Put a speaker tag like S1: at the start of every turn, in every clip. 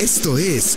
S1: Esto es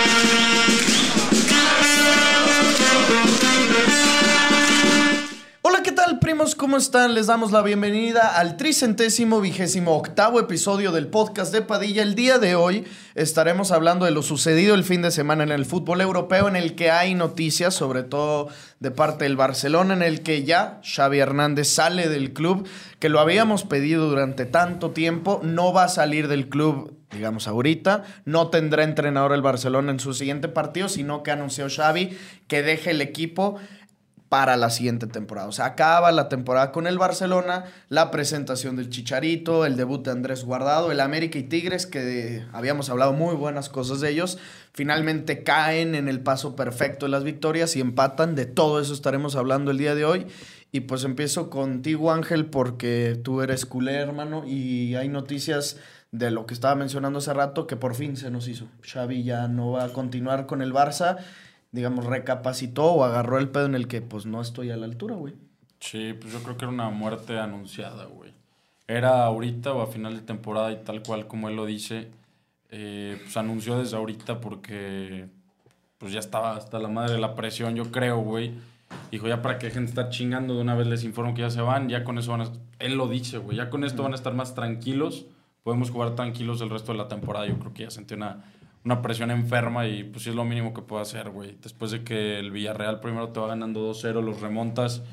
S2: Hola, ¿qué tal, primos? ¿Cómo están? Les damos la bienvenida al tricentésimo vigésimo octavo episodio del podcast de Padilla. El día de hoy estaremos hablando de lo sucedido el fin de semana en el fútbol europeo, en el que hay noticias, sobre todo de parte del Barcelona, en el que ya Xavi Hernández sale del club, que lo habíamos pedido durante tanto tiempo, no va a salir del club digamos ahorita, no tendrá entrenador el Barcelona en su siguiente partido, sino que anunció Xavi que deje el equipo para la siguiente temporada. O sea, acaba la temporada con el Barcelona, la presentación del Chicharito, el debut de Andrés Guardado, el América y Tigres, que habíamos hablado muy buenas cosas de ellos, finalmente caen en el paso perfecto de las victorias y empatan. De todo eso estaremos hablando el día de hoy. Y pues empiezo contigo, Ángel, porque tú eres culé, hermano, y hay noticias de lo que estaba mencionando hace rato que por fin se nos hizo. Xavi ya no va a continuar con el Barça digamos, recapacitó o agarró el pedo en el que, pues, no estoy a la altura, güey.
S3: Sí, pues yo creo que era una muerte anunciada, güey. Era ahorita o a final de temporada y tal cual como él lo dice, eh, pues anunció desde ahorita porque pues ya estaba hasta la madre de la presión, yo creo, güey. Dijo, ya para que dejen de estar chingando, de una vez les informo que ya se van, ya con eso van a... Él lo dice, güey, ya con esto van a estar más tranquilos, podemos jugar tranquilos el resto de la temporada. Yo creo que ya sentí una, una presión enferma y pues sí es lo mínimo que puedo hacer, güey. Después de que el Villarreal primero te va ganando 2-0, los remontas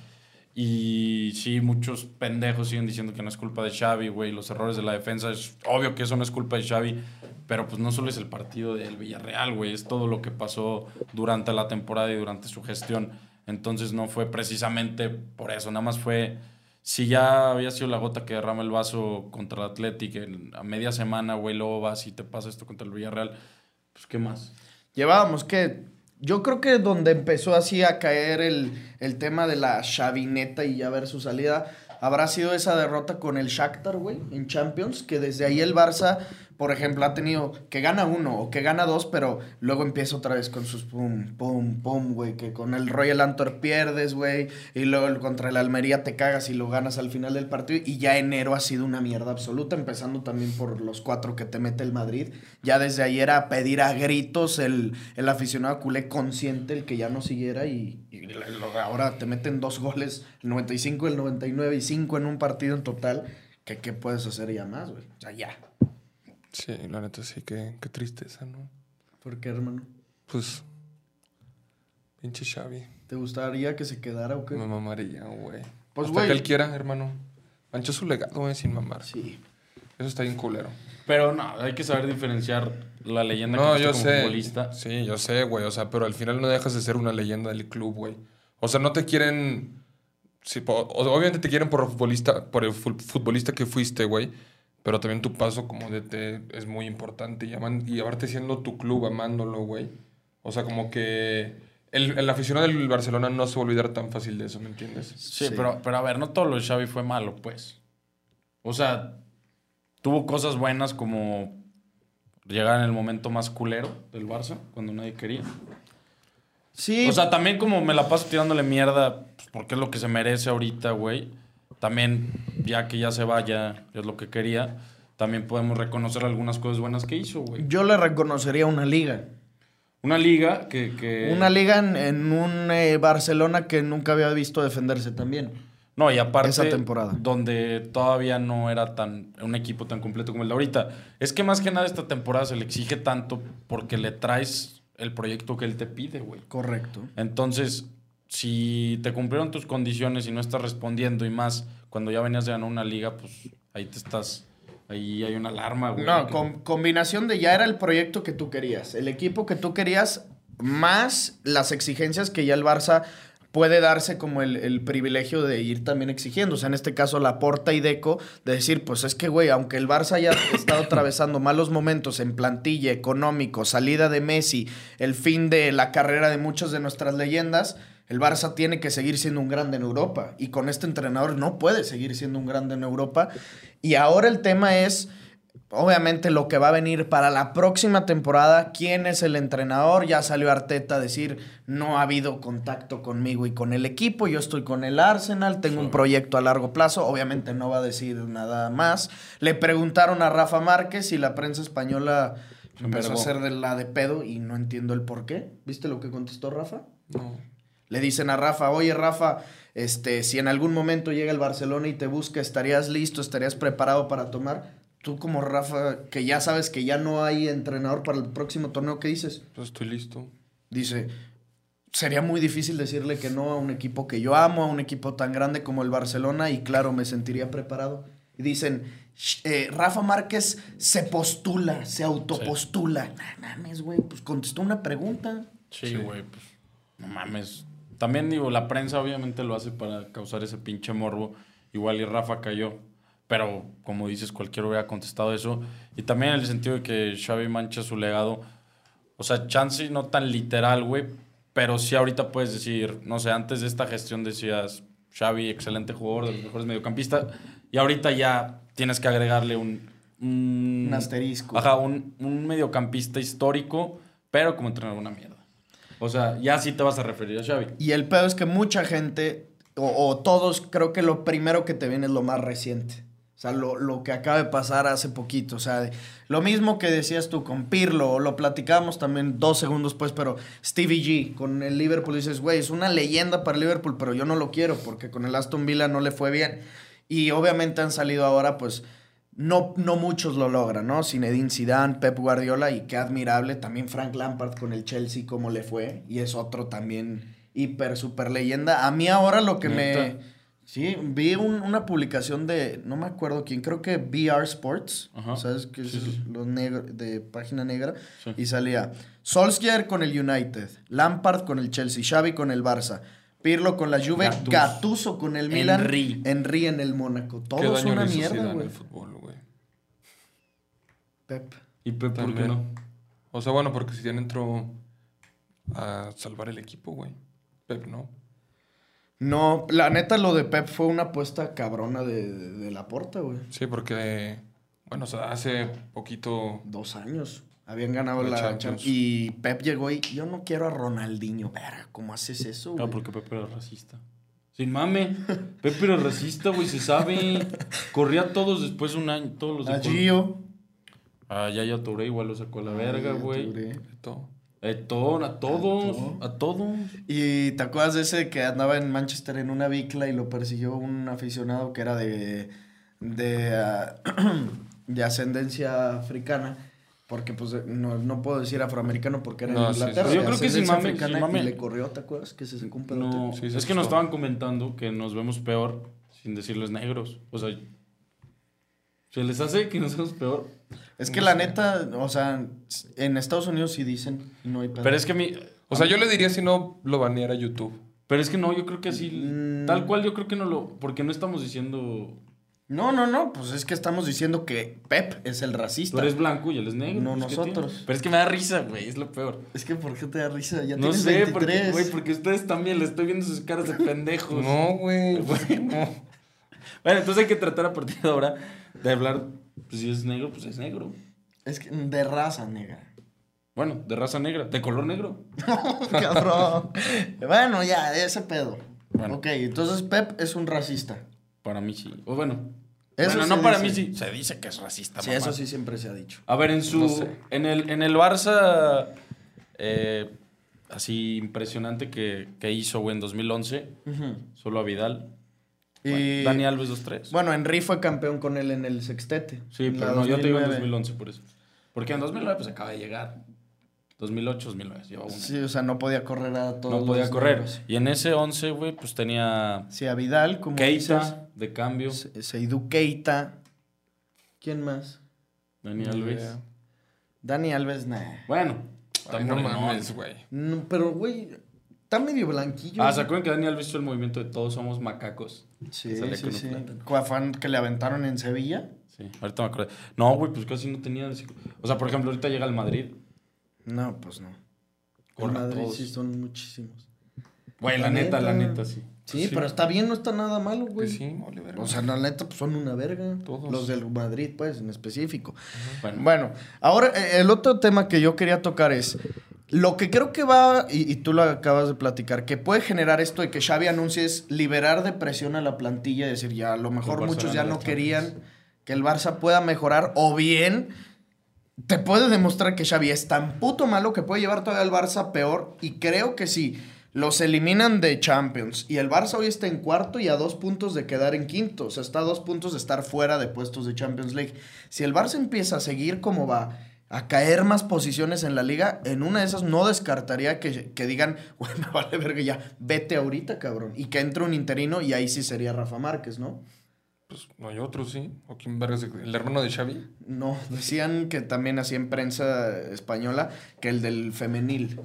S3: y sí, muchos pendejos siguen diciendo que no es culpa de Xavi, güey. Los errores de la defensa, es obvio que eso no es culpa de Xavi, pero pues no solo es el partido del Villarreal, güey, es todo lo que pasó durante la temporada y durante su gestión. Entonces no fue precisamente por eso, nada más fue... Si ya había sido la gota que derrama el vaso contra el Athletic en- a media semana, güey, luego vas y te pasa esto contra el Villarreal, pues, ¿qué más?
S2: Llevábamos que. Yo creo que donde empezó así a caer el, el tema de la chavineta y ya ver su salida, habrá sido esa derrota con el Shakhtar, güey, en Champions, que desde ahí el Barça, por ejemplo, ha tenido que gana uno o que gana dos, pero luego empieza otra vez con sus pum, pum, pum, güey, que con el Royal Antwerp pierdes, güey, y luego el- contra el Almería te cagas y lo ganas al final del partido, y ya enero ha sido una mierda absoluta, empezando también por los cuatro que te mete el Madrid, ya desde ahí era pedir a gritos el, el aficionado culé consciente, el que ya no siguiera, y, y la- lo- ahora te meten dos goles, el 95, el 99 y 5 en un partido en total, que qué puedes hacer ya más, güey, o sea, ya.
S4: Sí, la neta sí, qué, qué tristeza, ¿no?
S2: ¿Por qué, hermano?
S4: Pues, pinche Xavi,
S2: ¿Te gustaría que se quedara o qué?
S4: me mamaría, güey.
S2: Pues,
S4: Hasta
S2: güey.
S4: que él quiera, hermano. Manchó su legado, güey, sin mamar.
S2: Sí.
S4: Eso está bien culero.
S3: Pero no, hay que saber diferenciar la leyenda
S4: No,
S3: que fuiste
S4: yo
S3: como
S4: sé.
S3: futbolista.
S4: Sí, yo sé, güey. O sea, pero al final no dejas de ser una leyenda del club, güey. O sea, no te quieren. sí, po- o- obviamente te quieren por futbolista, por el fu- futbolista que fuiste, güey. Pero también tu paso como DT es muy importante. Y, aman- y llevarte siendo tu club, amándolo, güey. O sea, como que el, el aficionado del Barcelona no se va a olvidar tan fácil de eso, ¿me entiendes?
S3: Sí,
S2: Sí.
S3: Pero, pero a ver, no todo lo de Xavi fue malo, pues. O sea, tuvo cosas buenas como llegar en el momento más culero del Barça, cuando nadie quería.
S2: Sí.
S3: O sea, también como me la paso tirándole mierda, pues, porque es lo que se merece ahorita, güey. También, ya que ya se vaya, es lo que quería. También podemos reconocer algunas cosas buenas que hizo, güey.
S2: yo le reconocería una liga.
S3: Una liga que... que-
S2: Una liga en, en un eh, Barcelona que nunca había visto defenderse también.
S3: No, y aparte.
S2: Esa temporada.
S3: Donde todavía no era tan un equipo tan completo como el de ahorita. Es que más que nada esta temporada se le exige tanto porque le traes el proyecto que él te pide, güey.
S2: Correcto.
S3: Entonces, si te cumplieron tus condiciones y no estás respondiendo y más cuando ya venías de ganar una liga, pues ahí te estás. Ahí hay una alarma, güey.
S2: No,
S3: Que-
S2: com- combinación de ya era el proyecto que tú querías, el equipo que tú querías, más las exigencias que ya el Barça puede darse como el, el privilegio de ir también exigiendo. O sea, en este caso, la porta y Deco, de decir, pues es que, güey, aunque el Barça haya estado atravesando malos momentos en plantilla, económico, salida de Messi, el fin de la carrera de muchas de nuestras leyendas, el Barça tiene que seguir siendo un grande en Europa. Y con este entrenador no puede seguir siendo un grande en Europa. Y ahora el tema es obviamente lo que va a venir para la próxima temporada, quién es el entrenador. Ya salió Arteta a decir, no ha habido contacto conmigo y con el equipo, yo estoy con el Arsenal, tengo un proyecto a largo plazo, obviamente no va a decir nada más. Le preguntaron a Rafa Márquez y la prensa española empezó a
S3: envergó.
S2: hacer de la de pedo y no entiendo el por qué. ¿Viste lo que contestó Rafa?
S4: No.
S2: Le dicen a Rafa, oye Rafa, este, si en algún momento llega el Barcelona y te busca, ¿estarías listo? ¿Estarías preparado para tomar? Tú como Rafa, que ya sabes que ya no hay entrenador para el próximo torneo, ¿qué dices?
S4: Pues estoy listo.
S2: Dice, sería muy difícil decirle que no a un equipo que yo amo, a un equipo tan grande como el Barcelona, y claro, me sentiría preparado. Y dicen, "Sh- eh, Rafa Márquez se postula, se autopostula. No mames, güey, pues contestó una pregunta.
S3: Sí, güey, pues no mames. También digo, la prensa obviamente lo hace para causar ese pinche morbo. Igual y Rafa cayó. Pero como dices, cualquiera hubiera contestado eso. Y también en el sentido de que Xavi mancha su legado. O sea, chance no tan literal, güey. Pero sí ahorita puedes decir, no sé, antes de esta gestión decías, Xavi, excelente jugador, de los mejores mediocampistas. Y ahorita ya tienes que agregarle un... Un,
S2: Un asterisco.
S3: Ajá, un, un mediocampista histórico, pero como entrenador una mierda. O sea, ya sí te vas a referir a Xavi.
S2: Y el pedo es que mucha gente, o, o todos, creo que lo primero que te viene es lo más reciente. O sea, lo, lo que acaba de pasar hace poquito. O sea, de- lo mismo que decías tú con Pirlo, o lo platicábamos también dos segundos después, pero Stevie G con el Liverpool dices, güey, es una leyenda para el Liverpool, pero yo no lo quiero porque con el Aston Villa no le fue bien. Y obviamente han salido ahora, pues, no, no muchos lo logran, ¿no? Zinedine Zidane, Pep Guardiola y qué admirable. También Frank Lampard con el Chelsea, cómo le fue. Y es otro también hiper, super leyenda. A mí ahora lo que me...
S3: Neta.
S2: Sí, vi un- una publicación de, no me acuerdo quién, creo que VR Sports,
S3: Ajá.
S2: ¿sabes? Que es los negro- de página negra,
S3: Sí.
S2: y salía Solskjaer con el United, Lampard con el Chelsea, Xavi con el Barça, Pirlo con la Juve,
S3: Gattuso.
S2: Gattuso con el Milan,
S3: Henry.
S2: Henry en el Mónaco.
S4: ¿Qué
S2: Todo es
S4: daño
S2: una
S4: le hizo Zidane eh.
S2: mierda,
S4: al
S2: güey.
S4: fútbol, güey?
S2: Pep.
S3: ¿Y Pep por qué
S4: También.
S3: no?
S4: O sea, bueno, porque Zidane entró a salvar el equipo, güey. Pep no.
S2: No, la neta lo de Pep fue una apuesta cabrona de, de- de la porta, güey.
S4: Sí, porque, bueno, o sea, hace poquito...
S2: Dos años. Habían ganado
S4: La
S2: la,
S4: Champions.
S2: Champions. Y Pep llegó y yo no quiero a Ronaldinho. Verga, ¿cómo haces eso?
S3: Claro,
S2: güey?
S3: Ah, porque Pepe era racista. Sin mame, Pepe era racista, güey, se sabe. Corría a todos después de un año, todos los
S2: A
S3: dejó-
S2: Gio.
S3: Ah, ya ya Touré igual lo sacó a
S2: Ah,
S3: la verga, güey.
S4: Todo.
S3: Etor, a todos, a todos.
S2: Y te acuerdas de ese que andaba en Manchester en una bicla y lo persiguió un aficionado que era de. de. ah, de ascendencia africana. Porque, pues, no, no puedo decir afroamericano porque era
S4: No,
S2: en
S4: sí, sí.
S2: Inglaterra.
S4: Yo
S2: de
S3: creo que sin
S2: ascendencia
S3: mame,
S2: africana
S3: sin mame.
S2: Y le corrió, ¿te acuerdas? Que se sacó un pedote.
S3: No,
S4: Sí, se
S3: es que nos
S4: asustó.
S3: estaban comentando que nos vemos peor sin decirles negros. O sea, se les hace que nos vemos peor.
S2: Es que la neta, o sea, en Estados Unidos sí dicen, no hay pedo.
S3: Pero es que a mí.
S4: O sea, yo le diría si no lo baneara YouTube.
S3: Pero es que no, yo creo que así.
S2: Mm.
S3: Tal cual, yo creo que no lo. Porque no estamos diciendo.
S2: No, no, no, pues es que estamos diciendo que Pep es el
S3: Tú
S2: racista.
S3: eres blanco y él es negro.
S2: No,
S3: pues, ¿qué tiene?
S2: nosotros.
S3: Pero es que me da risa, güey, es lo peor.
S2: Es que, ¿por qué te da risa? Ya
S3: No
S2: tienes
S3: sé,
S2: 23.
S3: porque, güey, porque ustedes también le estoy viendo sus caras de pendejos.
S4: No, güey. pues, no.
S3: Bueno, entonces hay que tratar a partir de ahora de hablar. Pues si es negro, pues es negro.
S2: Es que de raza negra.
S3: Bueno, de raza negra, de color negro.
S2: Cabrón. bueno, ya, ese pedo.
S3: Bueno.
S2: Ok, entonces Pep es un racista.
S3: Para mí sí. O bueno.
S2: Eso
S3: bueno,
S2: se
S3: no para mí
S2: dice.
S3: sí. Se dice que es racista,
S2: Sí,
S3: mamá.
S2: eso sí siempre se ha dicho.
S3: A ver, en su.
S4: No sé.
S3: En el, en el Barça. eh, así impresionante que, que hizo, güey, en 2011. Solo a Vidal.
S2: Y,
S3: Dani Alves 2-3.
S2: Bueno, Henry fue campeón con él en el sextete.
S3: sí,
S2: en la
S3: pero no, yo te digo en
S2: 2009.
S3: 2011 por eso. Porque en 2009 pues acaba de llegar. 2008, 2009. Lleva uno.
S2: Sí, o sea, no podía correr a todos.
S3: no podía
S2: los
S3: correr.
S2: negros.
S3: Y en ese 11, güey, pues tenía.
S2: Sí, a Vidal, como dices.
S3: Keita de cambio.
S2: Se- Seydou Keita. ¿Quién más?
S3: Dani Alves.
S4: idea.
S2: Dani Alves, nah.
S3: Bueno,
S4: Ay,
S3: también
S4: no mames, güey.
S2: No, pero, güey, está medio blanquillo.
S3: Ah, ¿se acuerdan que Dani Alves hizo el movimiento de todos somos macacos?
S2: Sí,
S3: Sale
S2: sí,
S3: con un
S2: sí.
S3: plátano.
S2: Cuafán que le aventaron en Sevilla.
S3: Sí, ahorita me acuerdo. No, güey, pues casi no tenía. O sea, por ejemplo, ahorita llega al Madrid.
S2: No, pues no. En
S3: Corre a
S2: Madrid
S3: todos.
S2: sí son muchísimos.
S3: Güey, la,
S2: La
S3: neta, la
S2: neta.
S3: neta, sí.
S2: Sí, pero está bien, no está nada malo, güey.
S4: Pues sí, vale, verga.
S2: O sea, la neta, pues son una verga.
S4: Todos.
S2: Los del Madrid, pues, en específico.
S3: Bueno.
S2: Bueno, ahora eh, el otro tema que yo quería tocar es. Lo que creo que va, y, y tú lo acabas de platicar, que puede generar esto de que Xavi anuncie es liberar de presión a la plantilla y decir, ya, a lo mejor
S3: Barça
S2: muchos
S3: gana
S2: ya
S3: la
S2: no
S3: Champions.
S2: querían que el Barça pueda mejorar, o bien te puede demostrar que Xavi es tan puto malo que puede llevar todavía al Barça peor, y creo que sí. Los eliminan de Champions y el Barça hoy está en cuarto y a dos puntos de quedar en quinto. O sea, está a dos puntos de estar fuera de puestos de Champions League. Si el Barça empieza a seguir como va, a caer más posiciones en la liga, en una de esas no descartaría que, que digan, bueno, vale verga ya, vete ahorita, cabrón. Y que entre un interino y ahí sí sería Rafa Márquez, ¿no?
S4: Pues no hay otro, sí. ¿O quién verga es el el hermano de Xavi?
S2: No, decían que también así en prensa española que el del femenil.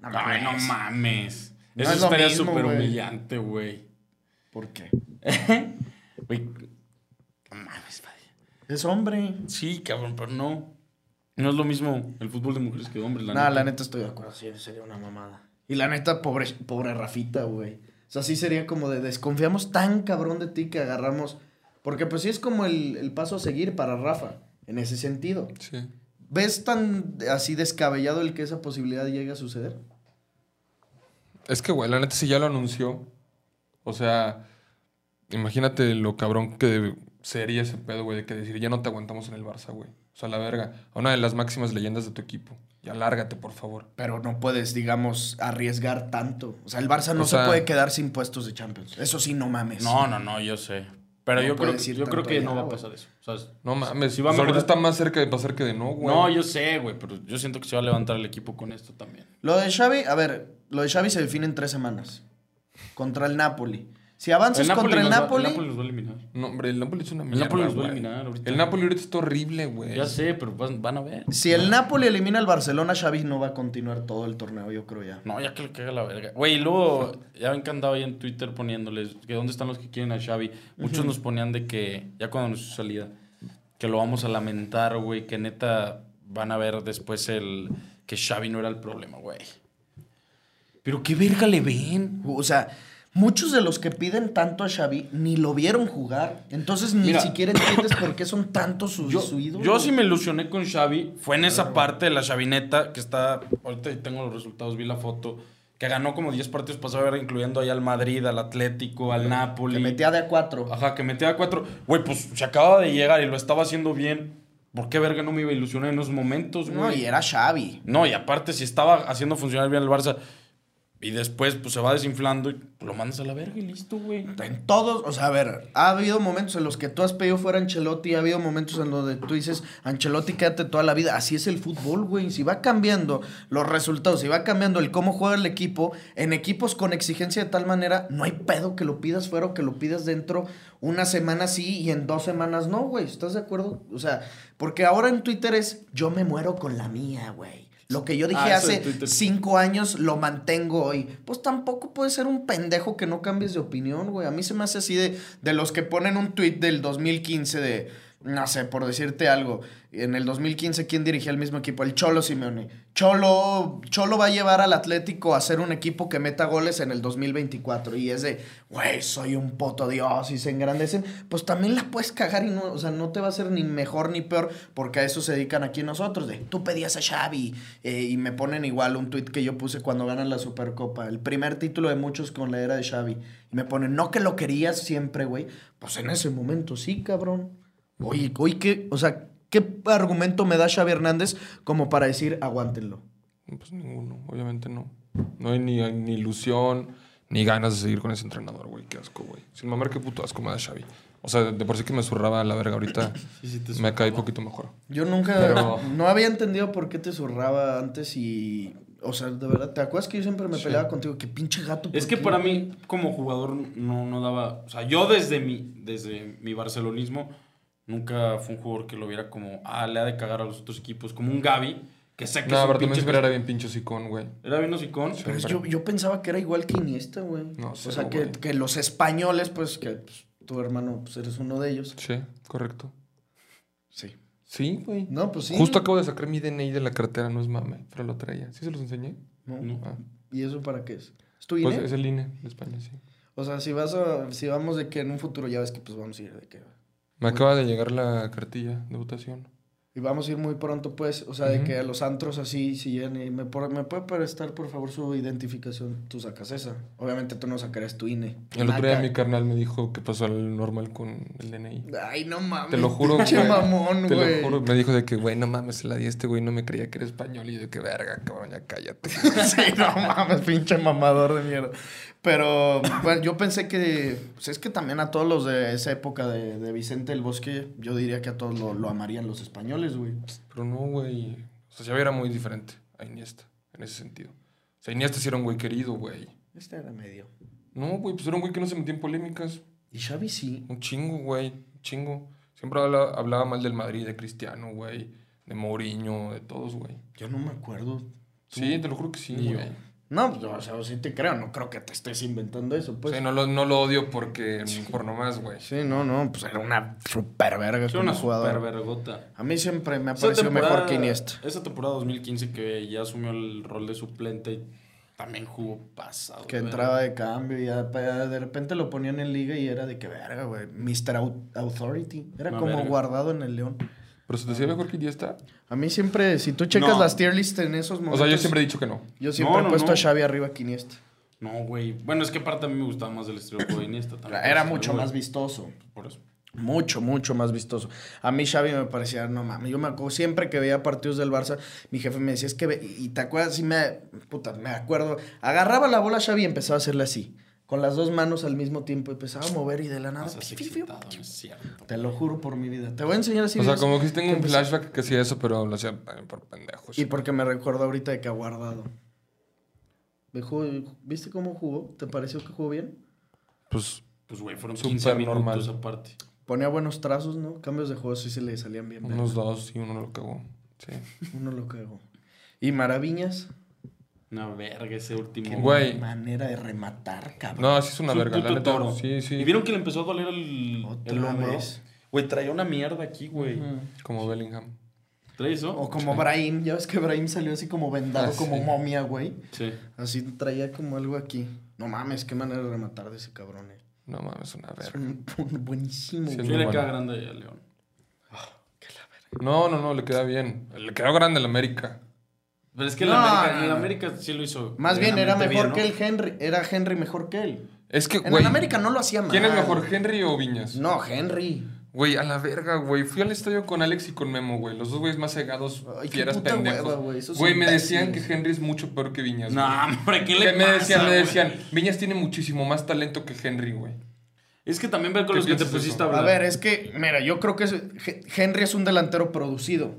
S2: No me
S3: Ay, no
S2: acuerdo.
S3: mames.
S2: No
S3: Eso
S2: es lo
S3: estaría
S2: mismo,
S3: súper
S2: güey.
S3: humillante, güey.
S2: ¿Por qué?
S3: Güey, no mames, padre.
S2: Es hombre.
S3: Sí, cabrón, pero no. No es lo mismo el fútbol de mujeres que de hombres, la
S2: Nada,
S3: neta.
S2: la neta estoy de acuerdo. Sí, sería una mamada. Y la neta, pobre, pobre Rafita, güey. O sea, sí sería como de desconfiamos tan cabrón de ti que agarramos. Porque pues sí es como el, el paso a seguir para Rafa, en ese sentido.
S4: Sí.
S2: ¿Ves tan así descabellado el que esa posibilidad llegue a suceder?
S4: Es que, güey, la neta, si ya lo anunció. O sea, imagínate lo cabrón que sería ese pedo, güey, de que decir, ya no te aguantamos en el Barça, güey. O sea, la verga. A una de las máximas leyendas de tu equipo. Ya lárgate, por favor.
S2: Pero no puedes, digamos, arriesgar tanto. O sea, el Barça no
S4: O sea-
S2: se puede quedar sin puestos de Champions. Eso sí, no mames.
S3: No, no, no, yo sé. Pero
S2: No
S3: yo creo,
S2: puedes
S3: que-
S2: ir
S3: yo creo
S2: tanto
S3: que
S2: allá,
S3: no va a
S2: güey.
S3: pasar eso. O sea,
S4: No mames.
S3: Si va a
S4: pues ahorita
S3: mejorar-
S4: está más cerca de pasar que de no, güey.
S3: no, yo sé, güey, pero yo siento que se va a levantar el equipo con esto también.
S2: Lo de Xavi, a ver, lo de Xavi se define en tres semanas. Contra el Napoli. Si avanzas contra el
S3: nos va-
S2: Napoli,
S3: el Napoli nos va a eliminar.
S4: No, hombre, el Napoli es una mierda.
S3: El Napoli los va a
S4: güey.
S3: eliminar ahorita.
S4: El Napoli ahorita está horrible, güey.
S3: Ya sé, pero van, van a ver.
S2: si el Napoli elimina al Barcelona, Xavi no va a continuar todo el torneo, yo creo ya.
S3: No, ya que le caga la verga. Güey, y luego ya me encantaba ahí en Twitter poniéndoles que dónde están los que quieren a Xavi. Muchos nos ponían de que, ya cuando nos hizo salida, que lo vamos a lamentar, güey, que neta van a ver después el que Xavi no era el problema, güey. Pero qué verga le ven.
S2: O sea, muchos de los que piden tanto a Xavi ni lo vieron jugar. Entonces ni
S3: Mira.
S2: siquiera entiendes por qué son tantos sus
S3: Yo,
S2: su ídolo.
S3: yo sí me ilusioné con Xavi. Fue en esa parte de la Xavineta que está. Ahorita ahí tengo los resultados, vi la foto. Que ganó como 10 partidos pasados, incluyendo ahí al Madrid, al Atlético, al Napoli.
S2: Le metía de a cuatro.
S3: Ajá, que metía cuatro. Güey, pues se acaba de llegar y lo estaba haciendo bien. ¿Por qué verga no me iba a ilusionar en esos momentos, güey?
S2: No, y era Xavi.
S3: No, y aparte, si estaba haciendo funcionar bien el Barça y después pues se va desinflando y lo mandas a la verga y listo, güey.
S2: En todos, o sea, a ver, ha habido momentos en los que tú has pedido fuera a Ancelotti, ha habido momentos en los que tú dices, Ancelotti, quédate toda la vida. Así es el fútbol, güey. Si va cambiando los resultados, si va cambiando el cómo juega el equipo, en equipos con exigencia de tal manera, no hay pedo que lo pidas fuera o que lo pidas dentro una semana sí y en dos semanas no, güey. ¿Estás de acuerdo? O sea, porque ahora en Twitter es, yo me muero con la mía, güey. Lo que yo dije
S3: Ah, eso de
S2: hace
S3: Twitter.
S2: cinco años lo mantengo hoy. Pues tampoco puede ser un pendejo que no cambies de opinión, güey. A mí se me hace así de, de los que ponen un tweet del 2015 de, no sé, por decirte algo. En el 2015, ¿quién dirigía el mismo equipo? El Cholo Simeone. Cholo, Cholo va a llevar al Atlético a ser un equipo que meta goles en el 2024. Y es de, güey, soy un poto Dios y se engrandecen. Pues también la puedes cagar y no, o sea, no te va a hacer ni mejor ni peor porque a eso se dedican aquí nosotros. De, tú pedías a Xavi eh, y me ponen igual un tweet que yo puse cuando ganan la Supercopa. El primer título de muchos con la era de Xavi. Y me ponen, no que lo querías siempre, güey. Pues en ese momento sí, cabrón. Oye, oye, ¿qué, o sea, ¿qué argumento me da Xavi Hernández como para decir aguántenlo?
S4: Pues ninguno, obviamente no. No hay ni, ni ilusión, ni ganas de seguir con ese entrenador, güey. Qué asco, güey. Sin mamar, qué puto asco me da Xavi. O sea, de por sí que me zurraba la verga ahorita. me caí poquito mejor.
S2: Yo nunca,
S4: Pero-
S2: no había entendido por qué te zurraba antes y, o sea, de verdad, ¿te acuerdas que yo siempre me peleaba contigo? Que pinche gato.
S3: Es
S2: ¿por
S3: que
S2: qué?
S3: para mí, como jugador, no, no daba. O sea, yo desde mi, desde mi barcelonismo, nunca fue un jugador que lo viera como, ah, le ha de cagar a los otros equipos, como un Gaby, que sé que
S4: No,
S3: es
S4: pero
S3: un
S4: también
S3: pinche.
S4: siempre era bien pinche sicón, güey.
S3: Era bien hocicón.
S2: Pero es- yo, yo pensaba que era igual que Iniesta, güey.
S4: No sé,
S2: o sea, que,
S4: güey.
S2: que los españoles, pues, que pues, tu hermano, pues, eres uno de ellos.
S4: Sí, correcto.
S2: Sí.
S4: Sí, güey.
S2: No, pues sí.
S4: Justo acabo de sacar mi DNI de la cartera, no es mame, pero lo traía. ¿Sí se los enseñé?
S2: No.
S3: No.
S4: Ah.
S2: ¿Y eso para qué es? ¿Es tu
S4: Pues
S2: INE?
S4: es el INE de España, sí.
S2: O sea, si vas a- si vamos de que en un futuro ya ves que pues vamos a ir de que
S4: Me acaba de llegar la cartilla de votación.
S2: y vamos a ir muy pronto pues, o sea, de que a los antros así si llegan y me por- me puede prestar por favor su identificación, tú sacas esa. Obviamente tú no sacarás tu E. INE.
S4: El otro día
S2: Naca.
S4: mi carnal me dijo que pasó al normal con el DNI.
S2: Ay, no mames.
S4: Te lo juro,
S2: pinche
S4: güey.
S2: mamón,
S4: Te
S2: güey.
S4: lo juro. Me dijo de que, güey, no mames, se la di a este güey, no me creía que era español. Y yo de que, verga, cabrón, ya cállate.
S2: Sí, no mames, pinche mamador de mierda. Pero bueno, yo pensé que, pues es que también a todos los de esa época de, de Vicente el Bosque, yo diría que a todos lo, lo amarían los españoles, güey.
S4: Pero no, güey. O sea, Xavi era muy diferente a Iniesta, en ese sentido. O sea, Iniesta sí era un güey querido, güey.
S2: Este era medio.
S4: No, güey, pues era un güey que no se metía en polémicas.
S2: Y Xavi sí.
S4: Un chingo, güey. Un chingo. Siempre habla- hablaba mal del Madrid, de Cristiano, güey. De Mourinho, de todos, güey.
S2: Yo no me acuerdo.
S4: Sí, te lo juro que sí,
S3: Ni yo.
S4: güey.
S2: No, yo, o sea, sí te creo, no creo que te estés inventando eso, pues.
S4: sí, no lo, no lo odio porque... Por nomás, güey.
S2: Sí, no, no, pues era una super verga
S3: Es
S2: como
S3: una
S2: jugador.
S3: super vergota.
S2: A mí siempre me ha
S3: Esa
S2: parecido
S3: temporada-
S2: mejor que Iniesta.
S3: Esa temporada 2015 que ya asumió el rol de suplente y también jugó pasado.
S2: Que
S3: güey.
S2: entraba de cambio y ya, pa- ya de repente lo ponían en liga y era de que verga, güey. Mr. Au- Authority. Era
S3: Una
S2: como
S3: verga.
S2: guardado en el León.
S4: Pero se te decía mejor que Iniesta.
S2: A mí siempre, si tú checas
S3: No.
S2: las tier list en esos
S4: O
S2: momentos.
S4: sea, yo siempre he dicho que no.
S2: yo siempre
S3: No,
S2: he
S3: no,
S2: puesto
S3: no.
S2: a Xavi arriba que Iniesta.
S3: No, güey. Bueno, es que aparte a mí me gustaba más el estilo de juego de Iniesta. También
S2: Era
S3: Sí,
S2: mucho
S3: güey.
S2: más vistoso.
S3: Por eso.
S2: Mucho, mucho más vistoso. A mí Xavi me parecía, no mames, yo me acuerdo siempre que veía partidos del Barça, mi jefe me decía, es que, ve- y te acuerdas, sí me, puta, me acuerdo, agarraba la bola Xavi y empezaba a hacerle así, con las dos manos al mismo tiempo, empezaba a mover y de la nada, pues,
S3: Estás
S2: pi, pi, pi,
S3: excitado, no es cierto.
S2: te lo juro por mi vida, te voy a enseñar así.
S4: O sea,
S2: videos
S4: como que sí tengo un pues.
S2: empecé-
S4: flashback que hacía eso, pero lo hacía también por pendejos.
S2: Y porque me recuerdo ahorita de que ha guardado. Me jugó- ¿Viste cómo jugó? ¿Te pareció que jugó bien?
S4: Pues,
S3: Pues, güey, fueron
S4: Súper
S3: 15 minutos
S4: normal.
S3: aparte.
S2: Ponía buenos trazos, ¿no? Cambios de juego sí se le salían bien. ¿verdad?
S4: unos dos y uno lo cagó. Sí.
S2: Uno lo cagó. Y Maraviñas,
S3: Una verga ese último.
S4: Güey.
S2: manera de rematar, cabrón.
S4: No, sí es una
S3: Es un
S4: verga, la
S3: puto
S4: neta.
S3: toro.
S4: Sí, sí.
S3: ¿Y vieron que le empezó a doler el,
S2: Otra
S3: el hombro?
S2: vez.
S3: Güey, traía una mierda aquí, güey.
S4: Como Bellingham.
S3: ¿Trae eso?
S2: O como Brahim, ya ves que Brahim salió así como vendado,
S4: Ah,
S2: como
S4: sí.
S2: momia, güey.
S3: Sí.
S2: Así traía como algo aquí. No mames, qué manera de rematar de ese cabrón, eh.
S4: No mames, una
S2: Es
S4: verga.
S2: un- un buenísimo,
S4: Sí,
S2: güey.
S4: es
S3: Yo
S4: muy
S3: le
S4: bueno.
S3: queda grande ahí a León.
S4: No, no, no, le queda bien. Le quedó grande el América.
S3: Pero es que el,
S2: No,
S3: América,
S2: no,
S3: el
S2: no.
S3: América sí lo hizo.
S2: Más bien, era mejor
S3: medianamente
S2: que
S3: bien,
S2: el Henry. Era Henry mejor que él.
S4: Es que,
S2: En
S4: güey.
S2: el América no lo hacía mal.
S4: ¿Quién es mejor, Henry o Viñas?
S2: No, Henry.
S4: Güey, a la verga, güey. Fui al estadio con Alex y con Memo, güey. Los dos güeyes más cegados,
S2: Ay, qué
S4: fieras
S2: puta
S4: pendejos.
S2: hueva, güey. Esos
S4: Güey,
S2: son
S4: me decían que
S2: pésimos.
S4: Henry es mucho peor que Viñas.
S3: No,
S4: güey.
S3: hombre, ¿qué le
S4: Que me decían,
S3: pasa,
S4: me
S3: güey?
S4: decían, Viñas tiene muchísimo más talento que Henry, güey.
S3: Es que también ver con
S4: ¿Qué
S3: los que te
S4: piensas de
S3: pusiste
S4: eso?
S3: a eh,
S2: A
S3: hablar.
S2: ver, es que, mira, yo creo que es- Ge- Henry es un delantero producido.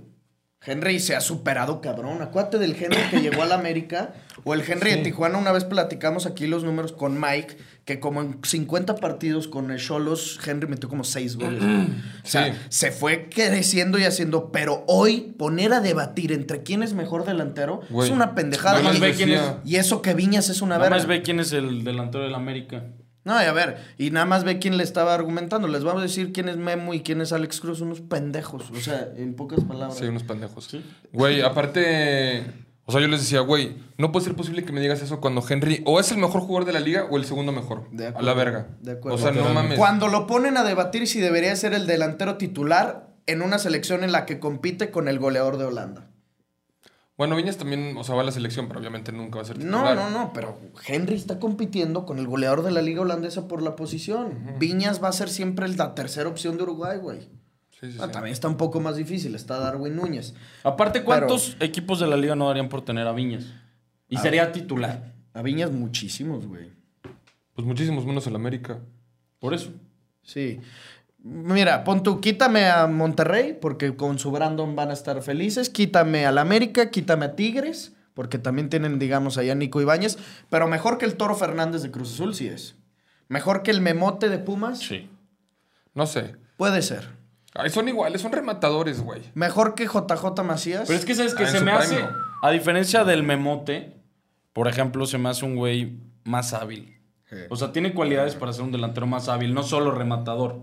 S2: Henry se ha superado, cabrón. Acuérdate del Henry que llegó al América. O el Henry de Tijuana. Una vez platicamos aquí los números con Mike. Que como en 50 partidos con el Cholos, Henry metió como 6 goles. O sea,
S4: Sí.
S2: se fue creciendo y haciendo. Pero hoy, poner a debatir entre quién es mejor delantero
S4: Güey.
S2: es una pendejada.
S3: Nada más
S2: Y-
S3: ve quién es-
S2: Y eso que Viñas es una
S3: Nada
S2: verga.
S3: más ve quién es el delantero del América.
S2: No, y a ver, y nada más ve quién le estaba argumentando. Les vamos a decir quién es Memo y quién es Alex Cruz, unos pendejos. O sea, en pocas palabras.
S4: Sí, unos pendejos. Güey, aparte. O sea, yo les decía, güey, no puede ser posible que me digas eso cuando Henry o es el mejor jugador de la liga o el segundo mejor.
S2: De
S4: a
S2: acuerdo,
S4: la verga.
S2: de acuerdo.
S4: O sea, no mames.
S2: Cuando lo ponen a debatir si debería ser el delantero titular en una selección en la que compite con el goleador de Holanda.
S4: Bueno, Viñas también, o sea, va a la selección, pero obviamente nunca va a ser
S2: No,
S4: titular.
S2: no, no, pero Henry está compitiendo con el goleador de la liga holandesa por la posición. Viñas va a ser siempre el- la tercera opción de Uruguay, güey.
S4: Sí, sí,
S2: Ah,
S4: sí.
S2: también está un poco más difícil, está Darwin Núñez.
S3: Aparte, ¿cuántos equipos de la liga no darían por tener a Viñas? Y sería titular.
S2: A Viñas muchísimos, güey.
S4: Pues muchísimos menos el América.
S3: Por eso.
S2: Sí. Mira, pon tú, quítame a Monterrey, porque con su Brandon van a estar felices. Quítame al América, quítame a Tigres, porque también tienen, digamos, allá Nico Ibáñez. Pero mejor que el Toro Fernández de Cruz Azul, sí es. Mejor que el Memote de Pumas,
S3: Sí.
S4: No sé.
S2: puede ser.
S4: Ay, son iguales, son rematadores, güey.
S2: Mejor que JJ Macías.
S3: Pero es que, ¿sabes que
S4: Ah, en
S3: Se
S4: su
S3: me
S4: prime,
S3: hace,
S4: no.
S3: a diferencia del Memote, por ejemplo, se me hace un güey más hábil.
S2: Sí.
S3: O sea, tiene cualidades para ser un delantero más hábil, no solo rematador.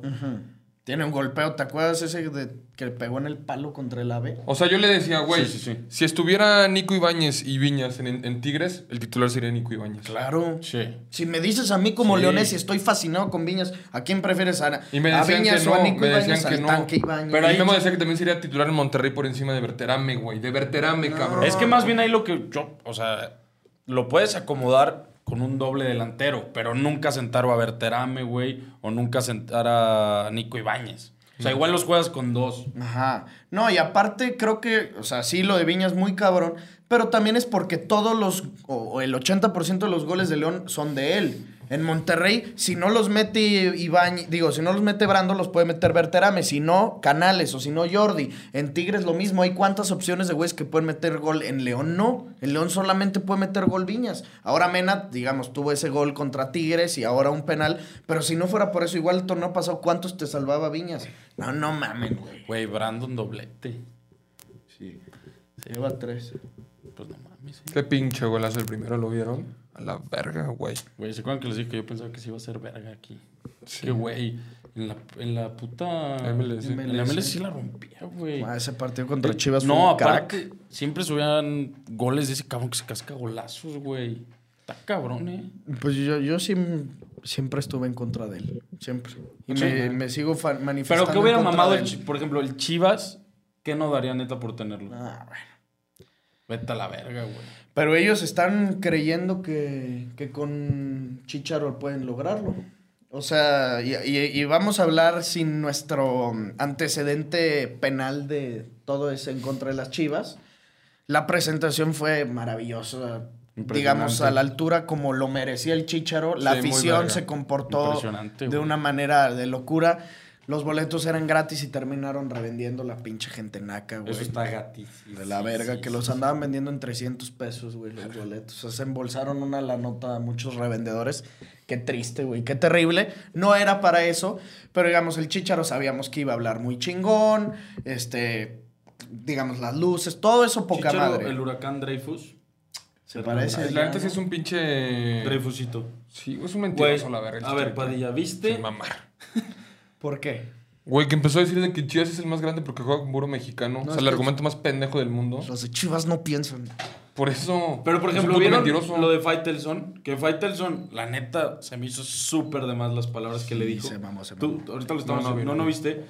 S2: Tiene un golpeo, ¿te acuerdas ese de, que pegó en el palo contra el ave?
S4: O sea, yo le decía, güey,
S3: Sí, sí, sí.
S4: si estuviera Nico Ibáñez y Viñas en, en Tigres, el titular sería Nico Ibáñez.
S2: Claro.
S3: Sí.
S2: Si me dices a mí como
S3: Sí.
S2: leonés y estoy fascinado con Viñas, ¿a quién prefieres? ¿A,
S4: Y me
S2: a
S4: decían
S2: Viñas
S4: que
S2: o a
S4: no,
S2: Nico
S4: me
S2: Ibañez?
S4: decían que
S2: al
S4: no.
S2: Tanque Ibañez?
S4: Pero ahí
S3: Viñas-
S4: Memo decía que también sería titular en Monterrey por encima de Berterame, güey. De Berterame, cabrón.
S2: Ah,
S3: Es que más bien ahí lo que yo, o sea, lo puedes acomodar con un doble delantero, pero nunca sentar a Berterame, güey, o nunca sentar a Nico Ibáñez. O
S2: Mm.
S3: sea, igual los juegas con dos.
S2: Ajá. No, y aparte creo que, o sea, sí, lo de Viñas es muy cabrón, pero también es porque todos los, o, o el 80% de los goles de León son de él. En Monterrey, si no los mete Ibañez, digo, si no los mete Brando, los puede meter Berterame, si no, Canales, o si no, Jordi. En Tigres lo mismo, hay cuántas opciones de güeyes que pueden meter gol. En León no, en León solamente puede meter gol Viñas. Ahora Mena, digamos, tuvo ese gol contra Tigres y ahora un penal, pero si no fuera por eso, igual el torneo pasado, ¿cuántos te salvaba Viñas? No, no mamen, güey.
S3: Güey, Brandon doblete.
S2: Sí. Se lleva tres.
S3: Pues no mames. eh.
S4: Qué pinche golazo el primero, ¿lo vieron? A la verga, güey.
S3: Güey, ¿se acuerdan que les dije que yo pensaba que se iba a ser verga aquí? Sí. Que, güey, en la, en la puta...
S4: MLS.
S3: En la MLS sí la rompía, güey.
S2: Ah, ese partido contra Chivas fue
S3: No,
S2: un crack.
S3: aparte, siempre subían goles de ese cabrón que se casca golazos, güey. Está cabrón, eh.
S2: Pues yo, yo siem- siempre estuve en contra de él. Siempre. Y me, me sigo fa- manifestando.
S3: Pero que hubiera
S2: en contra
S3: mamado,
S2: de
S3: el,
S2: él.
S3: Chi- por ejemplo, el Chivas, ¿qué no daría neta por tenerlo?
S2: Ah, bueno.
S3: Vete a la verga, güey.
S2: Pero ellos están creyendo que, que con Chicharo pueden lograrlo. O sea, y, y- y vamos a hablar sin nuestro mm, antecedente penal de todo ese en contra de las Chivas. La presentación fue maravillosa.
S3: Impresionante.
S2: Digamos, a la altura como lo merecía el Chicharo. La
S4: Sí, muy
S2: afición
S4: verga.
S2: se comportó
S3: Impresionante,
S2: de
S3: güey.
S2: una manera de locura. Los boletos eran gratis y terminaron revendiendo la pinche gente naca, güey.
S3: Eso está gatísimo.
S2: De la verga, que los andaban vendiendo en 300 pesos, güey, los boletos. O sea, se embolsaron una la nota a muchos revendedores. Qué triste, güey, qué terrible. No era para eso, pero digamos, el chicharo sabíamos que iba a hablar muy chingón, este, digamos, las luces, todo eso poca madre.
S3: El huracán Dreyfus.
S2: Se parece.
S4: El
S2: ya,
S4: antes
S2: ¿no?
S4: es un pinche.
S3: Dreyfusito.
S4: Sí, es un
S3: Güey,
S4: mentiroso, la verga. el
S3: a ver,
S4: Chicharo.
S3: Padilla, ¿viste?
S4: Sin mamar.
S2: ¿Por qué?
S4: Güey, que empezó a decirle que Chivas es el más grande porque juega con puro mexicano. o
S2: es
S4: sea, el
S2: que-
S4: argumento más pendejo del mundo.
S2: Los de Chivas no piensan.
S4: Por eso.
S3: Pero, por
S4: es un
S3: ejemplo,
S4: puto
S3: ¿vieron
S4: mentiroso.
S3: lo de Faitelson? Que Faitelson, la neta, se me hizo súper de más las palabras que le dijo.
S2: se mamó, se
S3: Tú,
S2: mamó.
S3: ahorita lo estamos...
S4: No,
S3: No,
S4: no vi,
S3: no,
S4: no vi.
S3: viste.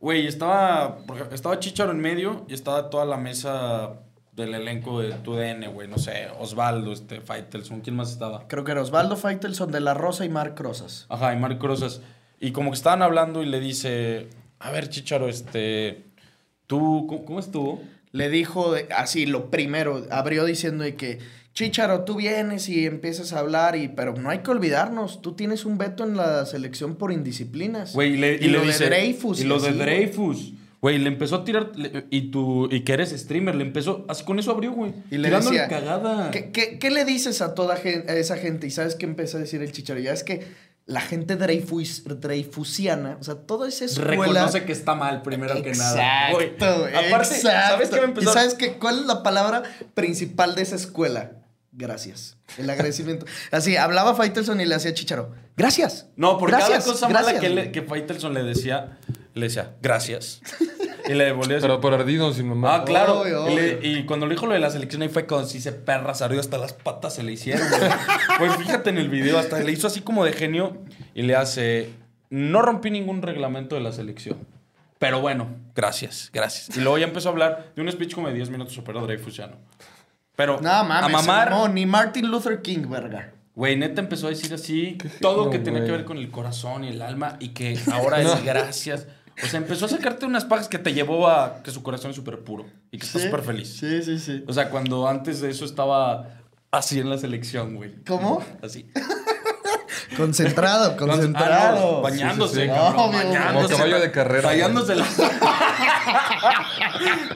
S3: Güey, estaba, por ejemplo, estaba Chicharo en medio y estaba toda la mesa del elenco de TUDN, güey. No sé, Osvaldo, este, Faitelson, ¿quién más estaba?
S2: Creo que era Osvaldo Faitelson de La Rosa y Marc Rosas.
S3: Ajá, y Marco Rosas. Y como que estaban hablando y le dice, a ver, Chicharo, este, tú, ¿cómo, cómo estuvo?
S2: le dijo de- así lo primero, abrió diciendo de que Chicharo, tú vienes y empiezas a hablar y pero no hay que olvidarnos, tú tienes un veto en la selección por indisciplinas.
S3: Güey, y le, y
S2: Y
S3: le
S2: lo de
S3: dice,
S2: Dreyfus,
S3: Y lo
S2: y
S3: de
S2: así, güey.
S3: Dreyfus. Güey, le empezó a tirar, le- y tú, y que eres streamer, le empezó, así con eso abrió, güey.
S2: Y le
S3: tirándole
S2: decía,
S3: cagada.
S2: ¿qué, qué, qué le dices a toda gen- a esa gente? Y sabes qué empieza a decir el Chicharo, ya es que la gente Dreyfus, dreyfusiana, o sea, toda esa escuela
S3: Reconoce que está mal, primero que nada.
S2: Exacto,
S3: Güey,
S2: güey,
S3: Aparte, ¿sabes
S2: exacto.
S3: qué me
S2: ¿Y
S3: empezó?
S2: sabes qué? ¿Cuál es la palabra principal de esa escuela? Gracias. El agradecimiento. Así, hablaba Faitelson y le hacía chicharo. Gracias.
S3: No, por cada
S2: Gracias,
S3: cosa mala
S2: gracias,
S3: que, le,
S2: güey.
S3: que Faitelson le decía, le decía, gracias. y le devolvía así,
S4: Pero por ardido, sin mamar.
S3: Ah, claro.
S2: Obvio,
S3: y, le-
S2: obvio.
S3: y cuando le dijo lo de la selección, ahí fue cuando se hice perras arriba, hasta las patas se le hicieron. güey. Güey, fíjate en el video, hasta le hizo así como de genio y le hace, no rompí ningún reglamento de la selección. Pero bueno, gracias, gracias. Y luego ya empezó a hablar de un speech como de 10 minutos superior a Dreyfusiano. Pero
S2: No
S3: a
S2: mames,
S3: mamar,
S2: no, ni Martin Luther King, verga.
S3: güey, neta empezó a decir así todo
S4: genio,
S3: que tenía que
S4: güey.
S3: ver con el corazón y el alma y que ahora es gracias. O sea, empezó a sacarte unas pajas que te llevó a que su corazón es súper puro y que está súper feliz.
S2: Sí, sí, sí.
S3: O sea, cuando antes de eso estaba así en la selección, güey.
S2: ¿Cómo?
S3: Así.
S2: Concentrado, concentrado.
S3: Ah, no, bañándose,
S4: Sí, sí, sí.
S3: cabrón,
S2: Obvio,
S3: bañándose.
S4: Como caballo de carrera,
S3: Tallándose la...